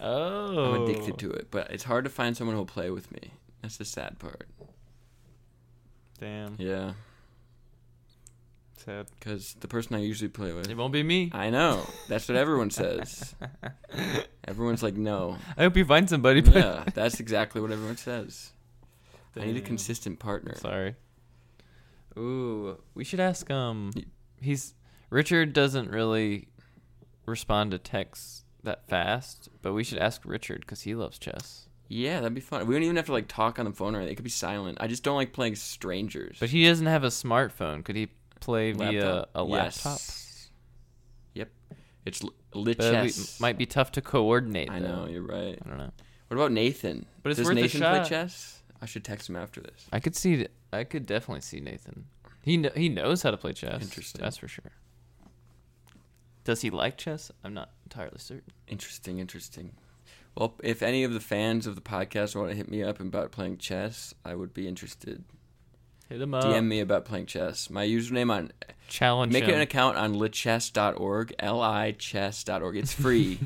Speaker 1: Oh,
Speaker 2: I'm addicted to it, but it's hard to find someone who'll play with me. That's the sad part.
Speaker 1: Damn.
Speaker 2: Yeah,
Speaker 1: Sad.
Speaker 2: because the person I usually play with.
Speaker 1: It won't be me.
Speaker 2: I know. That's what everyone says. Everyone's like, no.
Speaker 1: I hope you find somebody. but-
Speaker 2: Yeah, that's exactly what everyone says. I need a
Speaker 1: Damn.
Speaker 2: consistent partner.
Speaker 1: Sorry. Ooh, we should ask um
Speaker 2: Y-
Speaker 1: he's Richard doesn't really respond to texts that fast, but we should ask Richard cuz he loves chess.
Speaker 2: Yeah, that'd be fun. We don't even have to like talk on the phone or anything. It could be silent. I just don't like playing strangers.
Speaker 1: But he doesn't have a smartphone. Could he play via
Speaker 2: Laptop?
Speaker 1: a laptop?
Speaker 2: Yes. Yep. It's l- lit
Speaker 1: But it'd be-
Speaker 2: chess.
Speaker 1: might be tough to coordinate
Speaker 2: I
Speaker 1: though.
Speaker 2: know. You're right.
Speaker 1: I don't know.
Speaker 2: What about Nathan?
Speaker 1: But it's
Speaker 2: Does
Speaker 1: worth a
Speaker 2: Nathan
Speaker 1: shot.
Speaker 2: play chess? I should text him after this.
Speaker 1: I could see I could definitely see Nathan. He kn- he knows how to play chess.
Speaker 2: Interesting.
Speaker 1: That's for sure. Does he like chess? I'm not entirely certain.
Speaker 2: Interesting, interesting. Well, if any of the fans of the podcast want to hit me up about playing chess, I would be interested.
Speaker 1: Hit him up.
Speaker 2: DM me about playing chess. My username on
Speaker 1: Challenge
Speaker 2: make
Speaker 1: him.
Speaker 2: an account on lichess.org, l i chess.org. It's free.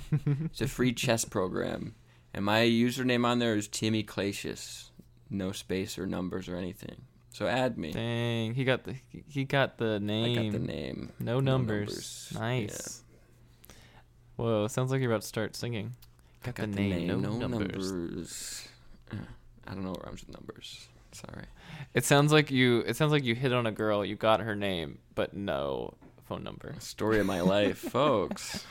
Speaker 2: it's a free chess program, and my username on there is Timmy Clacius. No space or numbers or anything. So add me.
Speaker 1: Dang, he got the he- he got the
Speaker 2: I
Speaker 1: name.
Speaker 2: got the name.
Speaker 1: No, numbers.
Speaker 2: numbers.
Speaker 1: Nice. Whoa, sounds like you're about to start singing.
Speaker 2: I
Speaker 1: Got, the, name, no, numbers.
Speaker 2: numbers. Uh, I don't know what rhymes with numbers. Sorry.
Speaker 1: It sounds like you it sounds like you hit on a girl, you got her name, but no phone number.
Speaker 2: Story of my life, folks.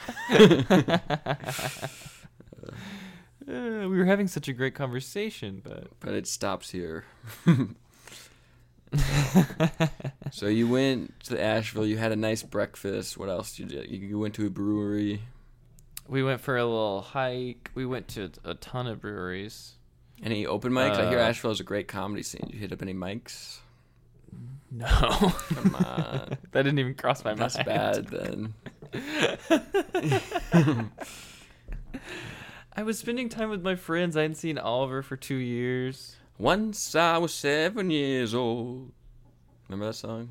Speaker 1: Uh, we were having such a great conversation, but
Speaker 2: But it stops here. so you went to Asheville. You had a nice breakfast. What else did you do? You went to a brewery.
Speaker 1: we went for a little hike. We went to a ton of breweries.
Speaker 2: Any open mics? I hear
Speaker 1: Uh,
Speaker 2: Asheville is a great comedy scene. Did you hit up any mics?
Speaker 1: No.
Speaker 2: Come on.
Speaker 1: that didn't even cross my
Speaker 2: That's
Speaker 1: mind.
Speaker 2: bad then.
Speaker 1: I was spending time with my friends. I hadn't seen Oliver for two years.
Speaker 2: Once I was seven years old. Remember that song?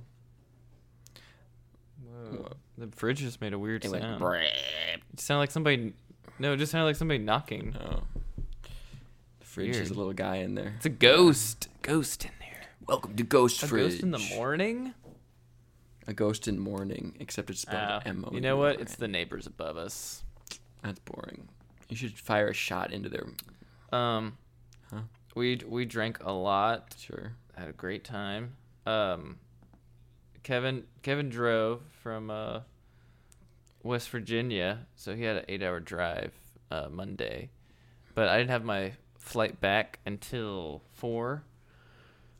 Speaker 2: Whoa.
Speaker 1: The fridge just made a weird
Speaker 2: It went
Speaker 1: sound.
Speaker 2: brrrr.
Speaker 1: It sounded like somebody. No, it just sounded like somebody knocking.
Speaker 2: Oh. The fridge has a
Speaker 1: Weird.
Speaker 2: little guy in there.
Speaker 1: It's a ghost. Ghost in there.
Speaker 2: Welcome to Ghost
Speaker 1: A
Speaker 2: Fridge.
Speaker 1: ghost in the morning.
Speaker 2: A ghost in mourning, except it's
Speaker 1: Oh,
Speaker 2: spelled M O.
Speaker 1: you know what? It's the neighbors above us.
Speaker 2: That's boring. You should fire a shot into their.
Speaker 1: Um,
Speaker 2: Huh?
Speaker 1: we we drank a lot.
Speaker 2: Sure.
Speaker 1: had a great time. Um, Kevin Kevin drove from uh, West Virginia, so he had an eight hour drive, uh, Monday, but I didn't have my flight back until four.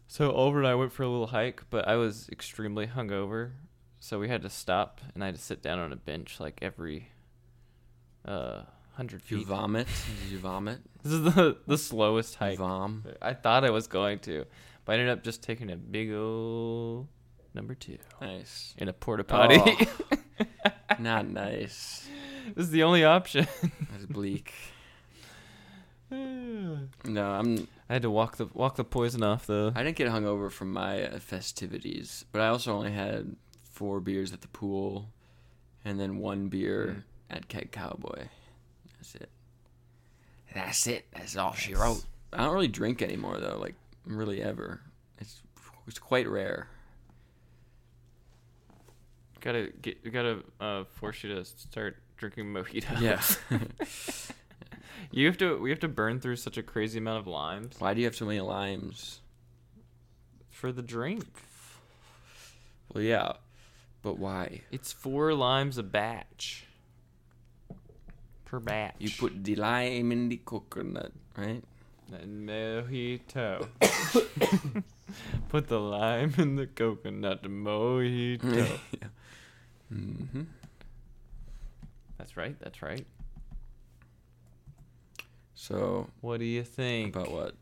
Speaker 1: So overnight, I went for a little hike, but I was extremely hungover, so we had to stop, and I had to sit down on a bench like every uh, hundred
Speaker 2: Did you
Speaker 1: feet.
Speaker 2: vomit? Did you vomit?
Speaker 1: This is the the slowest hike.
Speaker 2: Vom.
Speaker 1: I thought I was going to, but I ended up just taking a big ol' number two
Speaker 2: Nice.
Speaker 1: in a porta potty.
Speaker 2: Not nice.
Speaker 1: this is the only option.
Speaker 2: That's bleak.
Speaker 1: I
Speaker 2: No, I'm.
Speaker 1: had to walk the walk the poison off though.
Speaker 2: I didn't get hungover from my uh, festivities, but I also only had four beers at the pool, and then one beer at Keg Cowboy. That's it. That's it. That's all she wrote. I don't really drink anymore though. Like really ever. It's it's quite rare.
Speaker 1: Gotta get gotta uh, force you to start drinking mojitos. you have to. We have to burn through such a crazy amount of limes
Speaker 2: Why do you have so many limes?
Speaker 1: for the drink.
Speaker 2: Well, yeah, but why?
Speaker 1: It's four limes a batch. Per batch.
Speaker 2: You put the lime in the coconut, right?
Speaker 1: And mojito. Put the lime in the coconut mojito.
Speaker 2: Mm-hmm.
Speaker 1: that's right. That's right.
Speaker 2: So
Speaker 1: What do you think
Speaker 2: about what?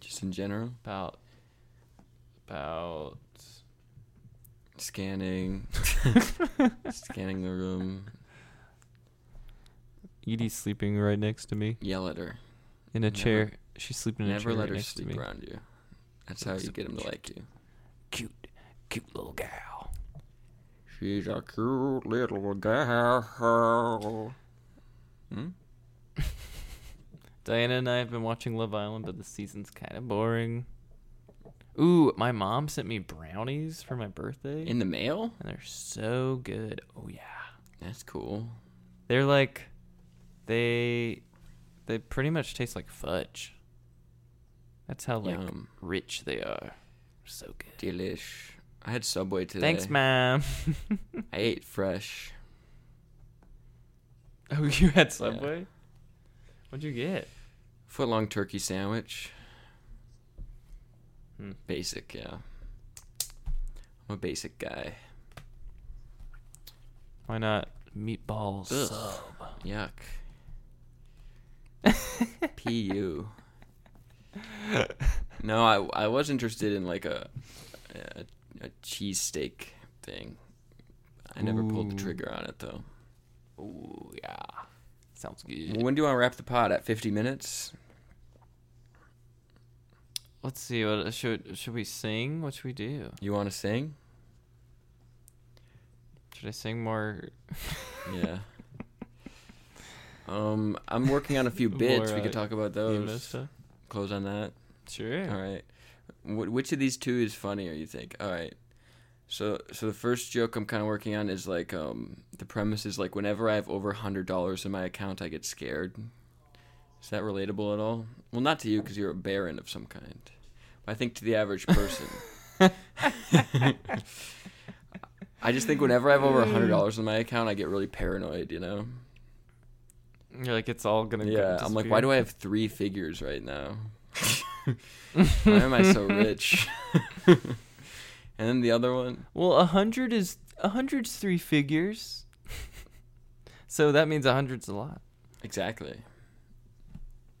Speaker 2: Just in general,
Speaker 1: about about
Speaker 2: scanning, scanning the room.
Speaker 1: Edie sleeping right next to me
Speaker 2: Yell at her.
Speaker 1: in a
Speaker 2: Never-
Speaker 1: chair? She's sleeping in a
Speaker 2: Never
Speaker 1: chair
Speaker 2: let
Speaker 1: right
Speaker 2: her
Speaker 1: next to
Speaker 2: sleep
Speaker 1: me.
Speaker 2: around you. That's how you get them to like you.
Speaker 1: Cute, cute little gal.
Speaker 2: She's a cute little girl. Hmm?
Speaker 1: Diana and I have been watching Love Island, but the season's kind of boring. Ooh, my mom sent me brownies for my birthday,
Speaker 2: In the mail?
Speaker 1: and they're so good. Oh yeah.
Speaker 2: That's cool.
Speaker 1: They're like they they pretty much taste like fudge. That's how like
Speaker 2: Yum.
Speaker 1: rich they are. So good.
Speaker 2: Delish. I had Subway today.
Speaker 1: Thanks, ma'am.
Speaker 2: I ate fresh.
Speaker 1: oh, you had Subway? What'd you get?
Speaker 2: Foot long turkey sandwich.
Speaker 1: Hmm.
Speaker 2: Basic, yeah. I'm a basic guy.
Speaker 1: Why not meatballs?
Speaker 2: Ugh.
Speaker 1: sub?
Speaker 2: Yuck. Pu. No, I I was interested in like a a, a cheesesteak thing. I never pulled the
Speaker 1: Ooh.
Speaker 2: trigger on it though.
Speaker 1: Ooh, yeah. Sounds good.
Speaker 2: When do you want to wrap the pot at? 50 minutes?
Speaker 1: Let's see. What should should we sing? What should we do?
Speaker 2: You want to sing?
Speaker 1: Should I sing more?
Speaker 2: Yeah. um, I'm working on a few bits.
Speaker 1: More,
Speaker 2: we could
Speaker 1: uh,
Speaker 2: talk about
Speaker 1: emo
Speaker 2: those.
Speaker 1: stuff?
Speaker 2: Close on that.
Speaker 1: Sure.
Speaker 2: All right. Wh- which of these two is funnier? You think? All right. So, so the first joke I'm kind of working on is like um, the premise is like whenever I have over hundred dollars in my account, I get scared. Is that relatable at all? Well, not to you because you're a baron of some kind. But I think to the average person. I just think whenever I have over hundred dollars in my account, I get really paranoid. You know?
Speaker 1: You're like it's all gonna.
Speaker 2: Yeah. I'm like, why do I have three figures right now? Why am I so rich? and then the other one,
Speaker 1: Well, a hundred is a hundred's three figures, so that means a hundred's a lot.
Speaker 2: exactly.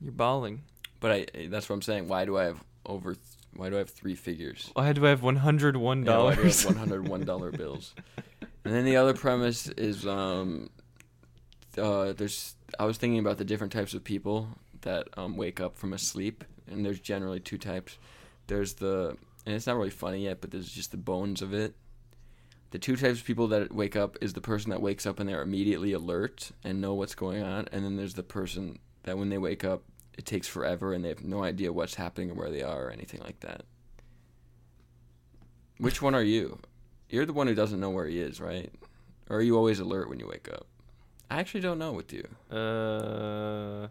Speaker 1: You're balling.
Speaker 2: But I I- that's what I'm saying. Why do I have over? Th- why do I have three figures?
Speaker 1: Why do I have one hundred one dollars?
Speaker 2: One hundred one dollar bills. And then the other premise is um, uh, there's I was thinking about the different types of people that um, wake up from a sleep, and there's generally two types. There's the and it's not really funny yet, but there's just the bones of it. The two types of people that wake up is the person that wakes up and they're immediately alert and know what's going on, and then there's the person that when they wake up, it takes forever and they have no idea what's happening or where they are or anything like that. Which one are you? You're the one who doesn't know where he is, right? Or are you always alert when you wake up? I actually don't know with you.
Speaker 1: uh,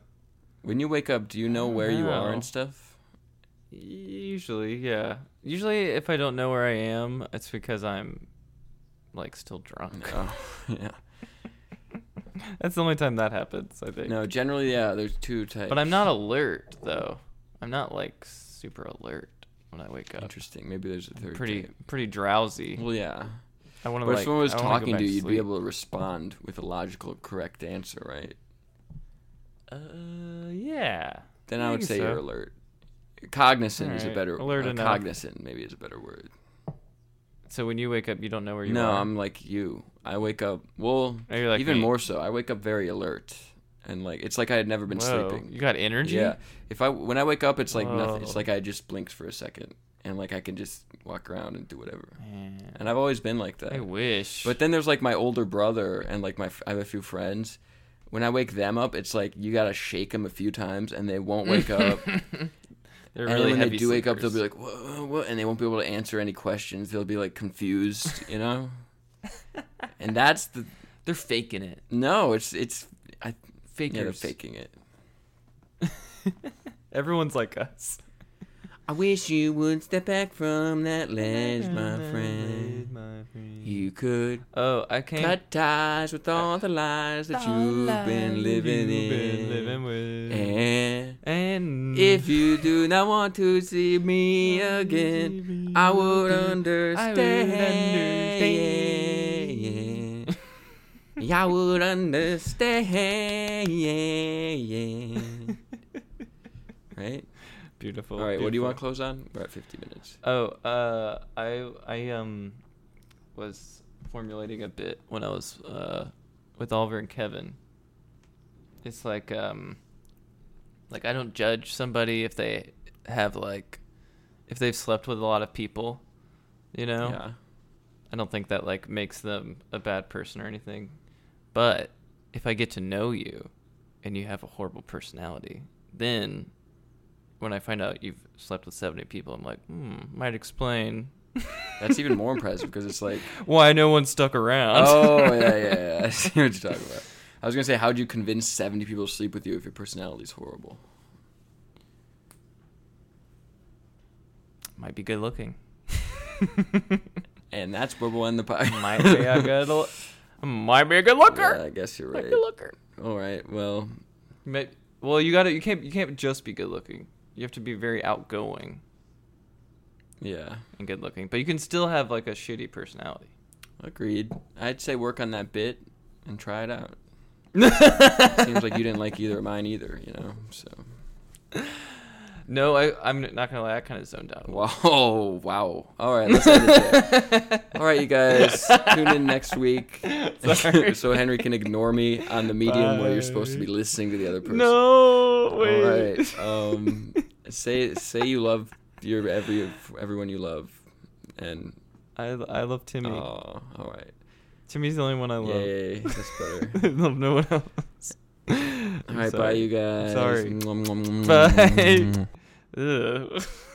Speaker 2: When you wake up, do you know
Speaker 1: don't
Speaker 2: where you are
Speaker 1: know.
Speaker 2: and stuff?
Speaker 1: usually, yeah. Usually, if I don't know where I am, it's because I'm like still drunk.
Speaker 2: No. yeah.
Speaker 1: That's the only time that happens, I think.
Speaker 2: No, generally, yeah. There's two types.
Speaker 1: But I'm not alert though. I'm not like super alert when I wake up.
Speaker 2: interesting. Maybe there's a third.
Speaker 1: Pretty
Speaker 2: type.
Speaker 1: pretty drowsy.
Speaker 2: Well, yeah.
Speaker 1: I want to
Speaker 2: But
Speaker 1: like.
Speaker 2: if someone was
Speaker 1: I wanna go
Speaker 2: talking
Speaker 1: back
Speaker 2: to you, you'd be
Speaker 1: sleep.
Speaker 2: able to respond with a logical, correct answer, right?
Speaker 1: Uh, yeah.
Speaker 2: Then
Speaker 1: I
Speaker 2: I would
Speaker 1: think
Speaker 2: say
Speaker 1: so.
Speaker 2: you're alert. Cognizant is a
Speaker 1: Alright,
Speaker 2: better
Speaker 1: alert
Speaker 2: uh,
Speaker 1: enough.
Speaker 2: Cognizant maybe is a better word.
Speaker 1: So when you wake up, you don't know where you
Speaker 2: no,
Speaker 1: are.
Speaker 2: I'm like you. I wake up well,
Speaker 1: Are you like
Speaker 2: even
Speaker 1: me?
Speaker 2: more so. I wake up very alert, and like it's like I had never been
Speaker 1: Whoa,
Speaker 2: sleeping.
Speaker 1: You got energy.
Speaker 2: Yeah. If I when I wake up, it's like nothing.
Speaker 1: Whoa.
Speaker 2: It's like I just blinked for a second, and like I can just walk around and do whatever.
Speaker 1: Man,
Speaker 2: And I've always been like that.
Speaker 1: I wish.
Speaker 2: But then there's like my older brother and like my f- I have a few friends. When I wake them up, it's like you gotta shake them a few times, and they won't wake up.
Speaker 1: they're
Speaker 2: and then
Speaker 1: really
Speaker 2: when
Speaker 1: heavy
Speaker 2: they do wake up, they'll be
Speaker 1: sleepers.
Speaker 2: like, "Whoa, what?" and they won't be able to answer any questions. They'll be like confused, you know. and that's the
Speaker 1: they're faking it.
Speaker 2: no. It's it's I yeah, they're
Speaker 1: Fakers.
Speaker 2: faking it.
Speaker 1: Everyone's like us.
Speaker 2: I wish you would step back from that ledge, my
Speaker 1: Ledge,
Speaker 2: friend.
Speaker 1: my friend.
Speaker 2: You could
Speaker 1: Oh, I came.
Speaker 2: cut ties with all the lies that
Speaker 1: All
Speaker 2: you've been
Speaker 1: lies
Speaker 2: living
Speaker 1: you've been
Speaker 2: in.
Speaker 1: living with.
Speaker 2: And
Speaker 1: And
Speaker 2: if you do not want to see me again, I would understand.
Speaker 1: understand.
Speaker 2: Yeah, yeah. I would understand. Yeah, yeah. Right?
Speaker 1: Beautiful.
Speaker 2: All right, what do you want to
Speaker 1: beautiful.
Speaker 2: close on? We're at 50 minutes.
Speaker 1: Oh, uh, I I um was formulating a bit when I was uh with Oliver and Kevin. It's like um like I don't judge somebody if they have like if they've slept with a lot of people, you know.
Speaker 2: Yeah.
Speaker 1: I don't think that like makes them a bad person or anything. But if I get to know you and you have a horrible personality, then when I find out you've slept with 70 people, I'm like, hmm, might explain.
Speaker 2: That's even more impressive because it's like,
Speaker 1: Why no one stuck around.
Speaker 2: oh, yeah, yeah, yeah. I see what you're talking about. I was going to say, how'd you convince 70 people to sleep with you if your personality's horrible?
Speaker 1: Might be good looking.
Speaker 2: And that's where we'll end the podcast.
Speaker 1: might be a good lo- might be a good
Speaker 2: Yeah,
Speaker 1: looker.
Speaker 2: I guess you're
Speaker 1: might
Speaker 2: right.
Speaker 1: be a looker.
Speaker 2: All right, well,
Speaker 1: May- well, you got to you can't you can't just be good looking. You have to be very outgoing
Speaker 2: yeah.
Speaker 1: and good looking, but you can still have like a shitty personality.
Speaker 2: Agreed. I'd say work on that bit and try it out. Seems like you didn't like either of mine either, you know. So
Speaker 1: No, I, I'm not gonna lie. I kind of zoned out.
Speaker 2: Whoa, wow. All right, let's end it there. All right, you guys, tune in next week
Speaker 1: Sorry.
Speaker 2: so Henry can ignore me on the medium where you're supposed to be
Speaker 1: Bye.
Speaker 2: listening to the other person.
Speaker 1: No, wait.
Speaker 2: All right. Um, say say you love your every everyone you love, and
Speaker 1: I, I love Timmy.
Speaker 2: oh, all right,
Speaker 1: Timmy's the only one I love.
Speaker 2: yay, that's better.
Speaker 1: I love no one else.
Speaker 2: All right, bye you guys.
Speaker 1: Sorry.
Speaker 2: Mwah, mwah, mwah, mwah, mwah,
Speaker 1: Bye.
Speaker 2: mwah.
Speaker 1: Ugh.